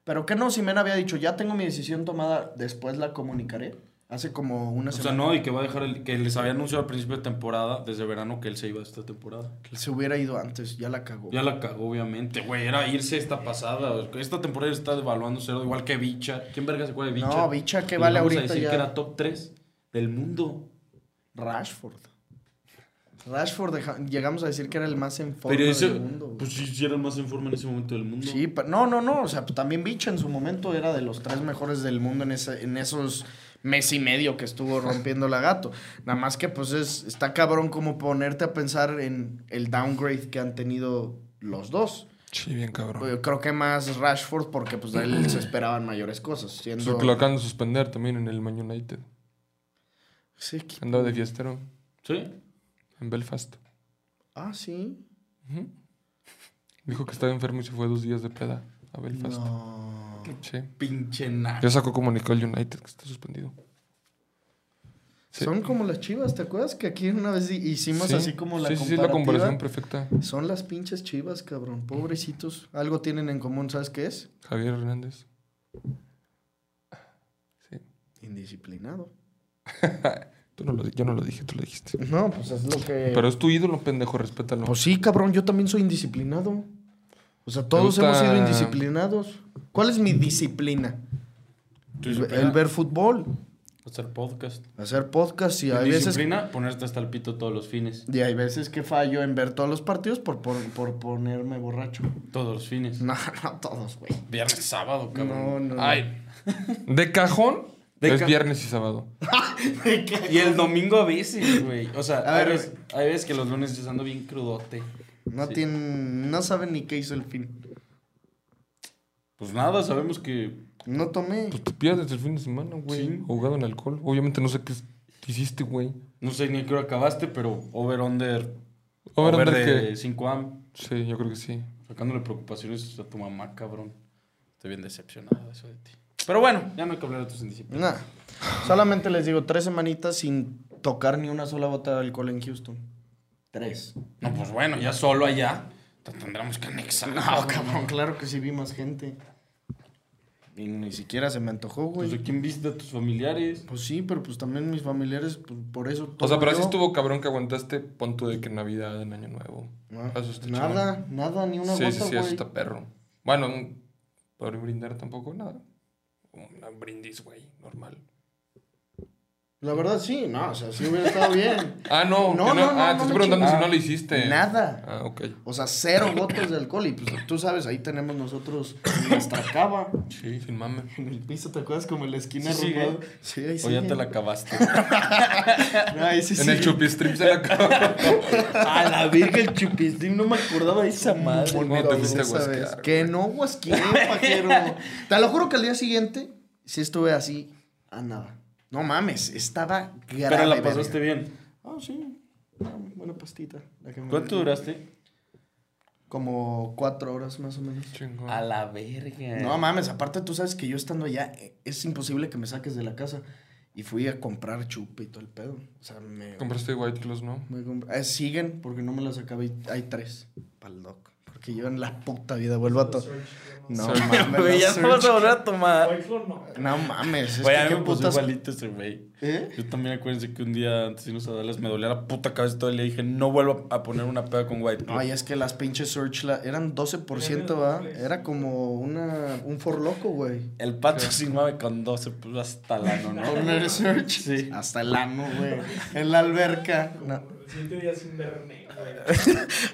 S2: Pero que no, Simena había dicho, ya tengo mi decisión tomada, después la comunicaré. Hace como una
S3: O sea,
S2: semana.
S3: no, y que va a dejar el, que les había anunciado al principio de temporada, desde verano, que él se iba esta temporada.
S2: Se hubiera ido antes, ya la cagó.
S3: Ya la cagó, obviamente, güey. Era irse esta pasada. Esta temporada está devaluando cero, igual que Bicha. ¿Quién verga se acuerda de Bicha?
S2: No, Bicha, que
S3: Le
S2: vale
S3: vamos a
S2: ahorita
S3: decir
S2: ya.
S3: que era top 3 del mundo.
S2: Rashford. Rashford, deja- llegamos a decir que era el más en forma
S3: Pero eso,
S2: del mundo. güey.
S3: pues sí, sí era el más en forma en ese momento del mundo.
S2: Sí, pa- no, no, no. O sea, pues, también Bicha en su momento era de los tres mejores del mundo en, ese, en esos mes y medio que estuvo rompiendo la gato. Nada más que, pues, es, está cabrón como ponerte a pensar en el downgrade que han tenido los dos.
S4: Sí, bien cabrón.
S2: Yo creo que más Rashford porque, pues, de él se esperaban mayores cosas.
S4: Eso
S2: Siendo...
S4: es que lo acaban de suspender también en el Man United.
S2: Sí, que-
S4: Andaba de fiestero
S3: ¿Sí?
S4: en Belfast.
S2: Ah, sí.
S4: Ujú. Dijo que estaba enfermo y se fue dos días de peda a Belfast.
S2: No.
S4: Sí.
S3: Pinche nada.
S4: Ya sacó comunicado el United que está suspendido. Sí.
S2: Son como las chivas, ¿te acuerdas que aquí una vez hi- hicimos
S4: Sí.
S2: así como la
S4: Sí, sí, sí, la
S2: comparativa?
S4: comparación perfecta.
S2: Son las pinches chivas, cabrón. Pobrecitos. Algo tienen en común, ¿sabes qué es?
S4: Javier Hernández. Sí.
S2: Indisciplinado.
S4: Tú no lo, di- yo no lo dije, tú lo dijiste.
S2: No, pues es lo que...
S4: Pero es tu ídolo, pendejo, respétalo.
S2: Pues sí, cabrón, yo también soy indisciplinado. O sea, todos
S4: gusta-
S2: hemos sido indisciplinados. ¿Cuál es mi disciplina?
S3: Tú dices,
S2: El ver fútbol,
S3: Hacer podcast.
S2: hacer podcast y
S3: La
S2: hay veces...
S3: disciplina, ponerte hasta el pito todos los fines.
S2: Y hay veces que fallo en ver todos los partidos por, por, por ponerme borracho.
S3: Todos los fines.
S2: No, no todos, güey.
S3: Viernes, sábado, cabrón.
S2: Mm. No, no, no.
S3: Ay.
S4: De cajón
S3: De
S4: es
S3: ca-
S4: viernes y sábado.
S3: Y el domingo a veces, güey. O sea,
S2: A
S3: hay,
S2: ver,
S3: veces, hay veces que los lunes yo ando bien crudote.
S2: No
S3: Sí.
S2: tienen, no saben ni qué hizo el fin.
S3: Pues nada, sabemos que
S2: No tomé.
S4: Pues te pierdes el fin de semana, güey.
S3: Sí.
S4: Jugado en alcohol. Obviamente no sé qué es- hiciste, güey.
S3: No sé ni a qué hora acabaste, pero over under.
S4: Over
S3: Over,
S4: under
S3: de
S4: qué?
S3: 5 am.
S4: Sí, yo creo que sí.
S3: Sacándole preocupaciones a tu mamá, cabrón. Estoy bien decepcionado de eso de ti. Pero bueno, ya no hay que hablar de tus anticipados.
S2: Nah. Solamente les digo, tres semanitas sin tocar ni una sola bota de alcohol en Houston. Tres.
S3: No, pues bueno, ya solo allá te tendremos que anexar.
S2: No, Oh, cabrón, claro que sí vi más gente. Y ni siquiera se me antojó,
S3: Pues
S2: güey.
S3: de quién viste a tus familiares.
S2: Pues sí, pero pues también mis familiares, pues, por eso.
S4: O sea,
S2: todo
S4: pero
S2: yo.
S4: así estuvo cabrón que aguantaste pon tú de que Navidad en Año Nuevo.
S2: Ah,
S4: Eso está
S2: nada, nada, ni una
S4: sí,
S2: gota,
S4: sí, sí,
S2: güey.
S4: eso está perro. Bueno, un- ¿por brindar tampoco? Nada. Un un brindis, güey, normal.
S2: La verdad sí, no, o sea, sí hubiera estado bien.
S4: Ah, no,
S2: No,
S4: que
S2: no, no,
S4: ah,
S2: no
S4: te
S2: me
S4: estoy preguntando si
S2: chingas.
S4: no lo hiciste.
S2: Nada.
S4: Ah, ok.
S2: O sea, cero gotas de alcohol. Y pues tú sabes, ahí tenemos nosotros nuestra cava.
S4: Sí, sin mame.
S2: En el piso, ¿te acuerdas? Como en la esquina
S3: Sí, sigue.
S2: arrugada. Sí, ahí
S3: O ya
S2: sigue.
S3: te la acabaste.
S2: No, ahí sí
S4: En el
S2: sigue.
S4: chupistrip se la acabó.
S2: A la verga, el chupistín, no me acordaba de esa madre.
S4: No, te fuiste a
S2: esa vez.
S4: guasquear,
S2: Que no guasqueé, pajero. Te lo juro que al día siguiente sí estuve así a nada. No mames, estaba grave.
S3: Pero la
S2: verga.
S3: pasaste bien.
S2: Ah, sí. Ah, buena pastita. la que me metí.
S3: ¿Cuánto duraste?
S2: Como cuatro horas más o menos.
S4: Chingón.
S3: A la verga.
S2: No mames, aparte tú sabes que yo estando allá eh, es imposible que me saques de la casa. Y fui a comprar chupe y todo el pedo. O sea, me...
S4: Compraste White Claws, ¿no?
S2: Me comp- eh, siguen porque no me las acabé. Hay tres. Pal doc. Porque yo en la puta vida vuelvo a tomar. No
S4: Search.
S2: mames.
S3: Güey,
S2: no
S3: ya no vas
S2: search.
S3: a volver a tomar.
S2: No mames. Es
S3: Güey,
S2: que
S3: a mí
S2: qué
S3: me puso
S2: putas-
S3: igualito ese güey.
S2: ¿Eh?
S3: Yo también acuérdense que un día antes de irnos a Dallas me dolía la puta cabeza todo y le dije, no vuelvo a poner una peda con White Claw".
S2: No, y es que las pinches search la- eran 12%, ¿va? ¿ah? Era como una, un forloco, güey.
S3: El pato sin mame con 12, pues hasta la no,
S2: Con
S3: ¿no?
S2: una search.
S3: Sí.
S2: Hasta el ano, güey. En la alberca. No.
S5: Siete días sin verme, güey.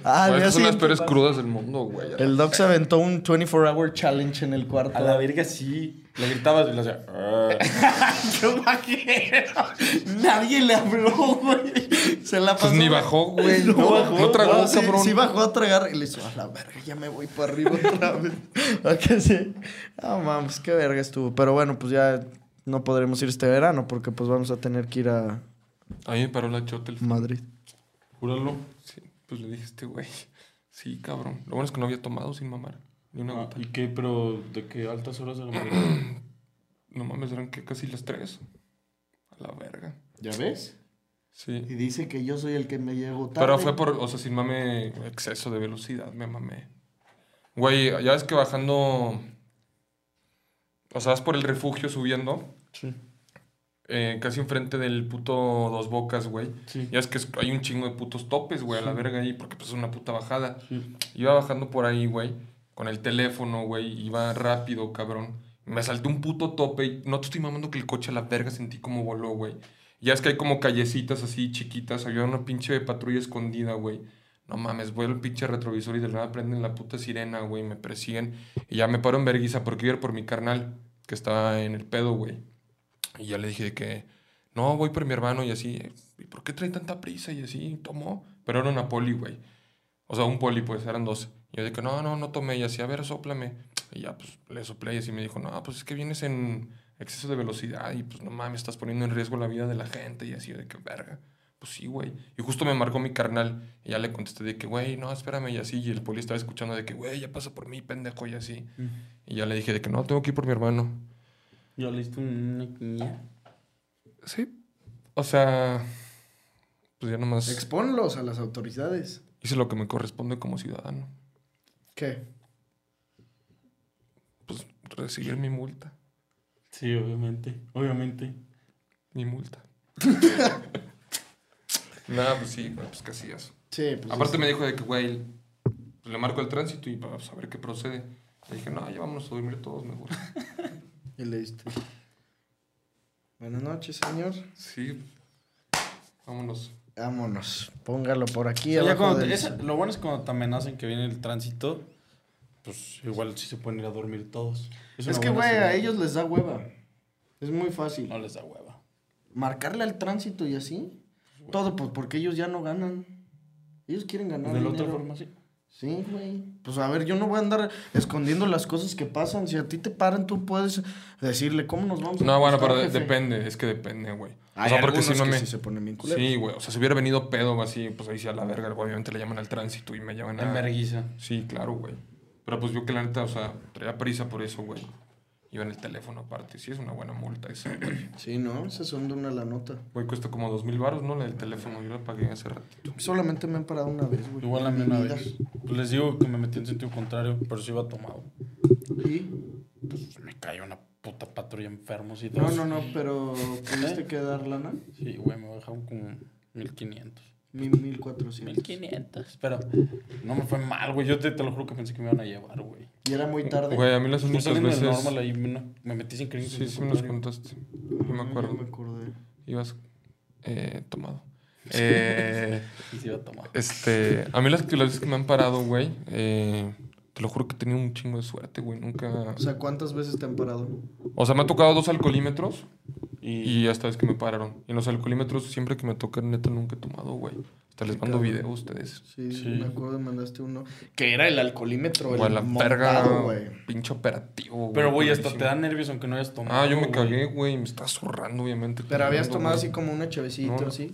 S2: Ah,
S4: Güey,
S2: ya
S4: estas son
S2: sí.
S4: las peores crudas del mundo, güey.
S2: El doc se aventó un 24-hour challenge en el cuarto.
S3: A la verga sí. Le gritabas y le hacía. "Ah".
S2: Yo vaquero. Nadie le habló, güey. Se la pasó.
S4: Pues ni bajó, güey.
S2: No,
S4: No,
S2: bajó.
S4: no tragó,
S2: sí,
S4: cabrón.
S2: Sí bajó a tragar y le hizo, a la verga, ya me voy para arriba otra vez. ¿A que sí? Ah, mames, qué verga estuvo. Pero bueno, pues ya no podremos ir este verano porque pues vamos a tener que ir a
S4: A mí me paró la chota el
S2: Madrid.
S3: Júralo.
S4: Sí, pues le dije a este güey. Sí, cabrón. Lo bueno es que no había tomado sin mamar. Ni una
S3: Ah,
S4: gota.
S3: ¿Y qué? ¿Pero de qué altas horas de la mañana?
S4: No mames, eran que casi las tres. A la verga.
S2: ¿Ya ves?
S4: Sí.
S2: Y dice que yo soy el que me llegó tarde.
S4: Pero fue por, o sea, sin mame, exceso de velocidad, me mamé. Güey, ya ves que bajando. O sea, vas por el refugio subiendo.
S3: Sí.
S4: eh, casi enfrente del puto Dos Bocas, güey.
S3: Sí.
S4: Ya es que es- hay un chingo de putos topes, güey, a la verga ahí, porque pues es una puta bajada.
S3: Sí.
S4: Iba bajando por ahí, güey, con el teléfono, güey, iba rápido, cabrón. Me salté un puto tope y no te estoy mamando que el coche a la verga sentí como voló, güey. Ya es que hay como callecitas así chiquitas, había una pinche patrulla escondida, güey. No mames, voy al pinche retrovisor y de la nada prenden la puta sirena, güey, me persiguen. Y ya me paro en verguiza porque iba a ir por mi carnal, que estaba en el pedo, güey. Y ya le dije de que, no, voy por mi hermano y así, eh, ¿y por qué trae tanta prisa? Y así, tomó. Pero era una poli, güey. O sea, un poli, pues, eran dos. Y yo de que, no, no, no tomé. Y así, a ver, soplame. Y ya, pues, le soplé y así me dijo, no, pues es que vienes en exceso de velocidad y pues, no mames, estás poniendo en riesgo la vida de la gente. Y así, yo de que, verga. Pues sí, güey. Y justo me marcó mi carnal. Y ya le contesté de que, güey, no, espérame. Y así, y el poli estaba escuchando de que, güey, ya pasa por mí, pendejo, y así. Y ya le dije de que, no, tengo que ir por mi hermano.
S3: ¿Ya le diste una niña?
S4: Sí. O sea, pues ya nomás
S2: Exponlos a las autoridades.
S4: hice lo que me corresponde como ciudadano.
S2: ¿Qué?
S4: Pues recibir mi multa.
S3: Sí, obviamente. Obviamente.
S4: Mi multa. Nada, pues sí, güey, pues casi eso.
S2: Sí, pues.
S4: Aparte me dijo de que, güey, pues le marco el tránsito y para saber qué procede. Le dije, no, ya vámonos a dormir todos mejor.
S2: Y le diste. Buenas noches, señor.
S4: Sí. Vámonos.
S2: Vámonos. Póngalo por aquí.
S3: Ya
S2: abajo
S3: cuando te-
S2: del-
S3: esa- lo bueno es cuando te amenazan que viene el tránsito, pues igual sí se pueden ir a dormir todos.
S2: Es
S3: una
S2: que,
S3: buena
S2: güey, a
S3: señal.
S2: ellos les da hueva. Es muy fácil.
S3: No les da hueva.
S2: Marcarle al tránsito y así. Todo, pues porque ellos ya no ganan. Ellos quieren ganar.
S3: de la otra
S2: dinero.
S3: forma, sí.
S2: Sí, güey. Pues a ver, yo no voy a andar escondiendo las cosas que pasan. Si a ti te paran, tú puedes decirle cómo nos vamos a
S4: No, bueno,
S2: acostar,
S4: pero de-
S2: jefe?
S4: depende, es que depende, güey. O
S2: Hay
S4: sea, porque
S2: algunos
S4: si no
S2: que
S4: me...
S2: sí se ponen bien culeros.
S4: Sí, güey. O sea, si hubiera venido pedo o así, pues ahí sí a la verga, obviamente le llaman al tránsito y me llaman
S2: Ah.
S4: a...
S3: En verguiza.
S4: Sí, claro, güey. Pero pues yo que la neta, o sea, traía prisa por eso, güey. Iba en el teléfono aparte. Sí, es una buena multa esa, güey.
S2: Sí, ¿no? Se son de una la nota.
S4: Güey, cuesta como dos mil baros, ¿no? La del teléfono. Yo la pagué hace ratito.
S2: Solamente me han parado una vez, güey.
S3: Igual a mí
S2: En
S3: una
S2: mi vida.
S3: vez. Pues les digo que me metí en sentido contrario, pero sí iba tomado.
S2: ¿Y?
S3: Pues me cayó una puta patrulla enfermos y todo.
S2: No, no, no, pero ¿pudiste quedar lana?
S3: Sí, güey, me bajaron como 1500.
S2: Mi 1400.
S3: 1500. Pero no me fue mal, güey. Yo te, te lo juro que pensé que me iban a llevar, güey.
S2: Y era muy tarde.
S4: Güey, a mí las
S3: Pues me
S4: únicas
S3: salen del
S4: veces...
S3: normal ahí, me, me metí sin creer. en
S4: Sí,
S3: sentido
S4: sí me los
S3: contrario.
S4: contaste. Yo me
S2: Ah,
S4: acuerdo.
S2: ya me acordé.
S4: Ibas eh, tomado. Eh...
S3: Y se iba a tomar.
S4: Este, a mí las, las veces que me han parado, güey, eh, te lo juro que he tenido un chingo de suerte, güey. Nunca.
S2: O sea, ¿cuántas veces te han parado?
S4: O sea, me ha tocado dos alcoholímetros
S3: Y,
S4: y hasta vez que me pararon. Y en los alcoholímetros, siempre que me tocan, neta, nunca he tomado, güey. Hasta les mando video a ustedes.
S2: Sí,
S3: Sí.
S2: me acuerdo, mandaste uno. Que era el alcoholímetro,
S4: Güey,
S2: el
S4: la
S2: montado,
S4: verga,
S2: güey.
S4: pinche operativo, güey.
S3: pero, güey, hasta te
S4: culerísimo.
S3: da nervios aunque no hayas tomado.
S4: Ah, yo me
S3: güey.
S4: cagué, güey. Me estaba zurrando, obviamente.
S2: Pero habías
S4: tomando,
S2: tomado
S4: güey.
S2: así como una chevecita
S4: No, no.
S2: así.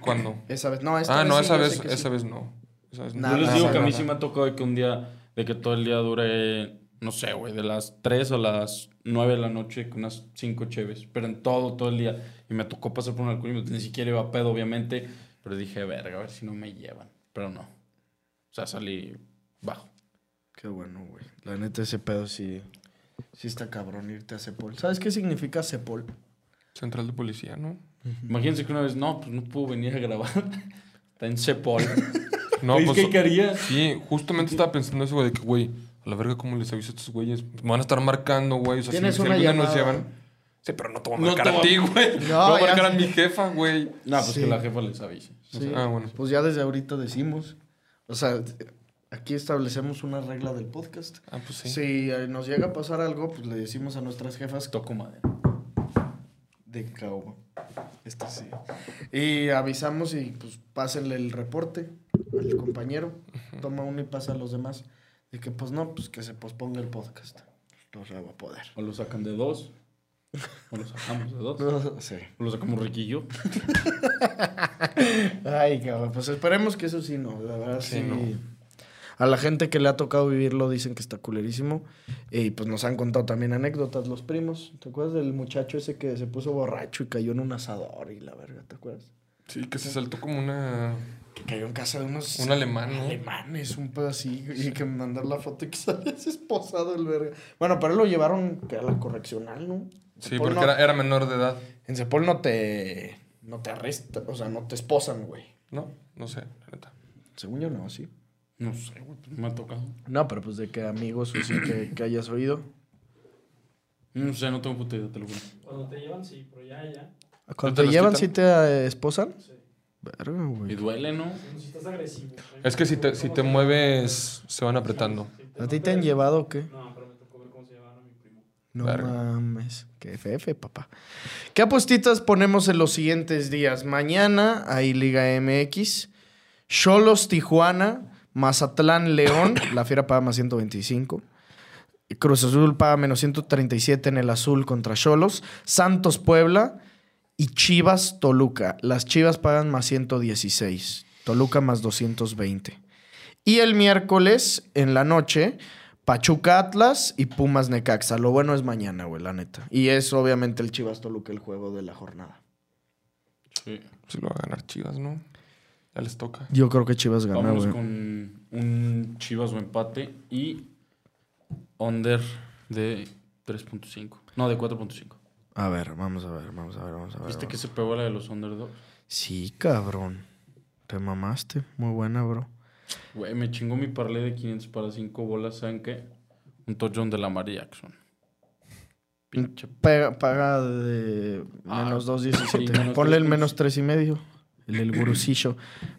S4: ¿Cuándo?
S2: Esa vez, no, esta
S4: Ah,
S2: vez
S4: no,
S2: sí,
S4: esa
S2: yo
S4: vez,
S2: sé que sí.
S4: esa vez no. Esa vez
S2: Nah,
S3: Yo les
S2: nada,
S3: digo que a
S2: nada.
S3: mí sí me ha tocado de que un día, de que todo el día dure, no sé, güey, de las 3 a las 9 de la noche con unas 5 cheves, pero en todo, todo el día. Y me tocó pasar por un alcoholímetro, ni siquiera iba a pedo, obviamente, pero dije, verga, a ver si no me llevan. Pero no. O sea, salí bajo.
S2: Qué bueno, güey. La neta, ese pedo sí, sí está cabrón irte a Cepol. ¿Sabes qué significa Cepol?
S4: Central de policía, ¿no?
S3: Imagínense que una vez, no, pues no pudo venir a grabar. Está en Cepol.
S4: No,
S3: Pues, ¿Qué quería?
S4: Sí, justamente estaba pensando eso, güey, de que, güey, a la verga, ¿cómo les aviso a estos güeyes? Me van a estar marcando, güey. O sea, si-
S2: Tienes
S4: si,
S2: una
S4: algún día nos
S2: llamada.
S4: llevan. Sí, pero no te voy a
S3: No
S4: marcar
S3: te
S4: a
S3: voy a-
S4: ti, güey.
S2: No,
S4: No, voy a
S2: ya
S4: marcar a
S2: sé.
S4: mi jefa, güey.
S3: No, pues
S2: Sí.
S3: que la jefa les avise.
S2: Sí.
S4: Ah, bueno.
S2: Pues ya desde ahorita decimos. O sea, aquí establecemos una regla del podcast.
S4: Ah, pues sí.
S2: Si eh, nos llega a pasar algo, pues le decimos a nuestras jefas
S3: Toco madera.
S2: de caoba. Esta sí. Y avisamos y pues pásenle el reporte al compañero. Toma uno y pasa a los demás. De que pues no, pues que se posponga el podcast. No se va a poder.
S3: O lo sacan de dos. O lo sacamos de dos.
S2: Sí.
S3: O lo sacamos riquillo.
S2: Ay, cabrón, pues esperemos que eso sí no, la verdad sí.
S4: Sí, no.
S2: A la gente que le ha tocado vivirlo dicen que está culerísimo. Y pues nos han contado también anécdotas los primos. ¿Te acuerdas del muchacho ese que se puso borracho y cayó en un asador y la verga, ¿te acuerdas?
S4: Sí, que se saltó como una.
S2: Que cayó en casa de unos
S4: Un alemán, ¿no?
S2: alemanes, un pedo así. Y que me mandar la foto y que sale esposado el verga. Bueno, pero lo llevaron que a la correccional, ¿no?
S4: Sí,
S2: Cepol Pues
S4: porque
S2: no-
S4: era, era menor de edad.
S2: En Cepol no te, no te arrestan, o sea, no te esposan, güey.
S4: No, no sé, la neta.
S2: Según yo no, sí.
S3: No sé, güey, pues no me ha tocado.
S2: No, pero pues de que amigos o sí que, que hayas oído.
S3: No sé, Mm, no tengo puta idea, te lo juro.
S5: Cuando te llevan, sí, pero ya, ya.
S2: Cuando
S4: te
S2: te,
S4: los
S2: llevan,
S4: quitan?
S2: si te eh, esposan.
S5: Sí.
S2: Verga,
S3: Y
S2: güey.
S3: duele, ¿no?
S5: Si estás agresivo.
S4: Es que si te, si te mueves, se van apretando.
S2: ¿A ti te han llevado o qué?
S5: No, pero me tocó ver cómo se llevaban a mi primo.
S2: No
S4: Verga.
S2: mames. Qué fefe, papá. ¿Qué apuestitas ponemos en los siguientes días? Mañana hay Liga MX. Cholos Tijuana. Mazatlán León. La fiera paga más 125. Cruz Azul paga menos 137 en el azul contra Cholos. Santos Puebla. Y Chivas Toluca. Las Chivas pagan más 116. Toluca más 220. Y el miércoles en la noche, Pachuca Atlas y Pumas Necaxa. Lo bueno es mañana, güey, la neta. Y es obviamente el Chivas Toluca el juego de la jornada.
S3: Sí.
S4: Se lo va a ganar chivas, ¿no? Ya les toca.
S2: Yo creo que Chivas gana,
S3: Vámonos
S2: güey.
S3: con un Chivas o empate y under de 3.5. No, de 4.5.
S2: A ver, vamos a ver, vamos a ver, vamos a ver.
S3: ¿Viste
S2: vamos.
S3: que se pegó la de los underdogs?
S2: Sí, cabrón. Te mamaste. Muy buena, bro.
S3: Güey, me chingó mi parlé de 500 para 5 bolas, ¿saben qué? Un touchdown de la María Jackson. Pinche.
S2: Pega- paga de
S3: Ah,
S2: menos
S3: sí,
S2: 2.17.
S3: menos
S2: Ponle el
S3: 3.5.
S2: menos 3 y medio. El, el gurusillo.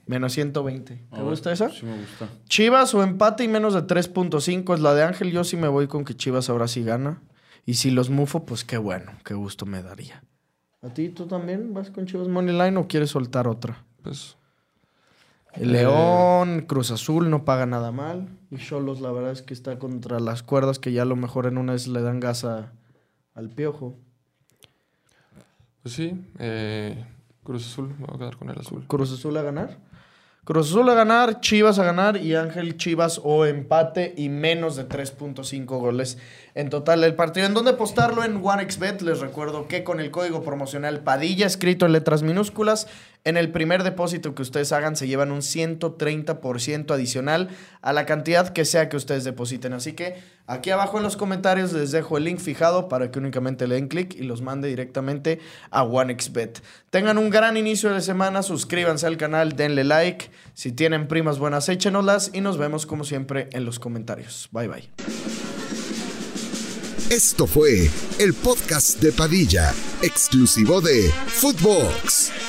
S2: menos 120.
S3: A
S2: ¿Te
S3: ver,
S2: gusta esa?
S3: Sí, me gusta.
S2: Chivas o empate y menos de 3.5 es la de Ángel. Yo sí me voy con que Chivas ahora sí gana. Y si los mufo, pues qué bueno, qué gusto me daría. ¿A ti tú también vas con Chivas Moneyline o quieres soltar otra?
S4: Pues.
S2: El León, Cruz Azul no paga nada mal. Y Cholos, la verdad es que está contra las cuerdas que ya a lo mejor en una vez le dan gas a- al piojo.
S4: Pues sí, eh, Cruz Azul, me voy a quedar con el azul.
S2: Cruz Azul a ganar. Cruz Azul a ganar, Chivas a ganar y Ángel Chivas o empate y menos de 3.5 goles en total el partido. ¿En dónde apostarlo? En OneXBet. Les recuerdo que con el código promocional Padilla, escrito en letras minúsculas, en el primer depósito que ustedes hagan se llevan un 130% adicional a la cantidad que sea que ustedes depositen. Así que aquí abajo en los comentarios les dejo el link fijado para que únicamente le den clic y los mande directamente a OneXBet. Tengan un gran inicio de semana, suscríbanse al canal, denle like. Si tienen primas buenas, échenoslas y nos vemos como siempre en los comentarios. Bye bye.
S1: Esto fue el podcast de Padilla, exclusivo de Footbox.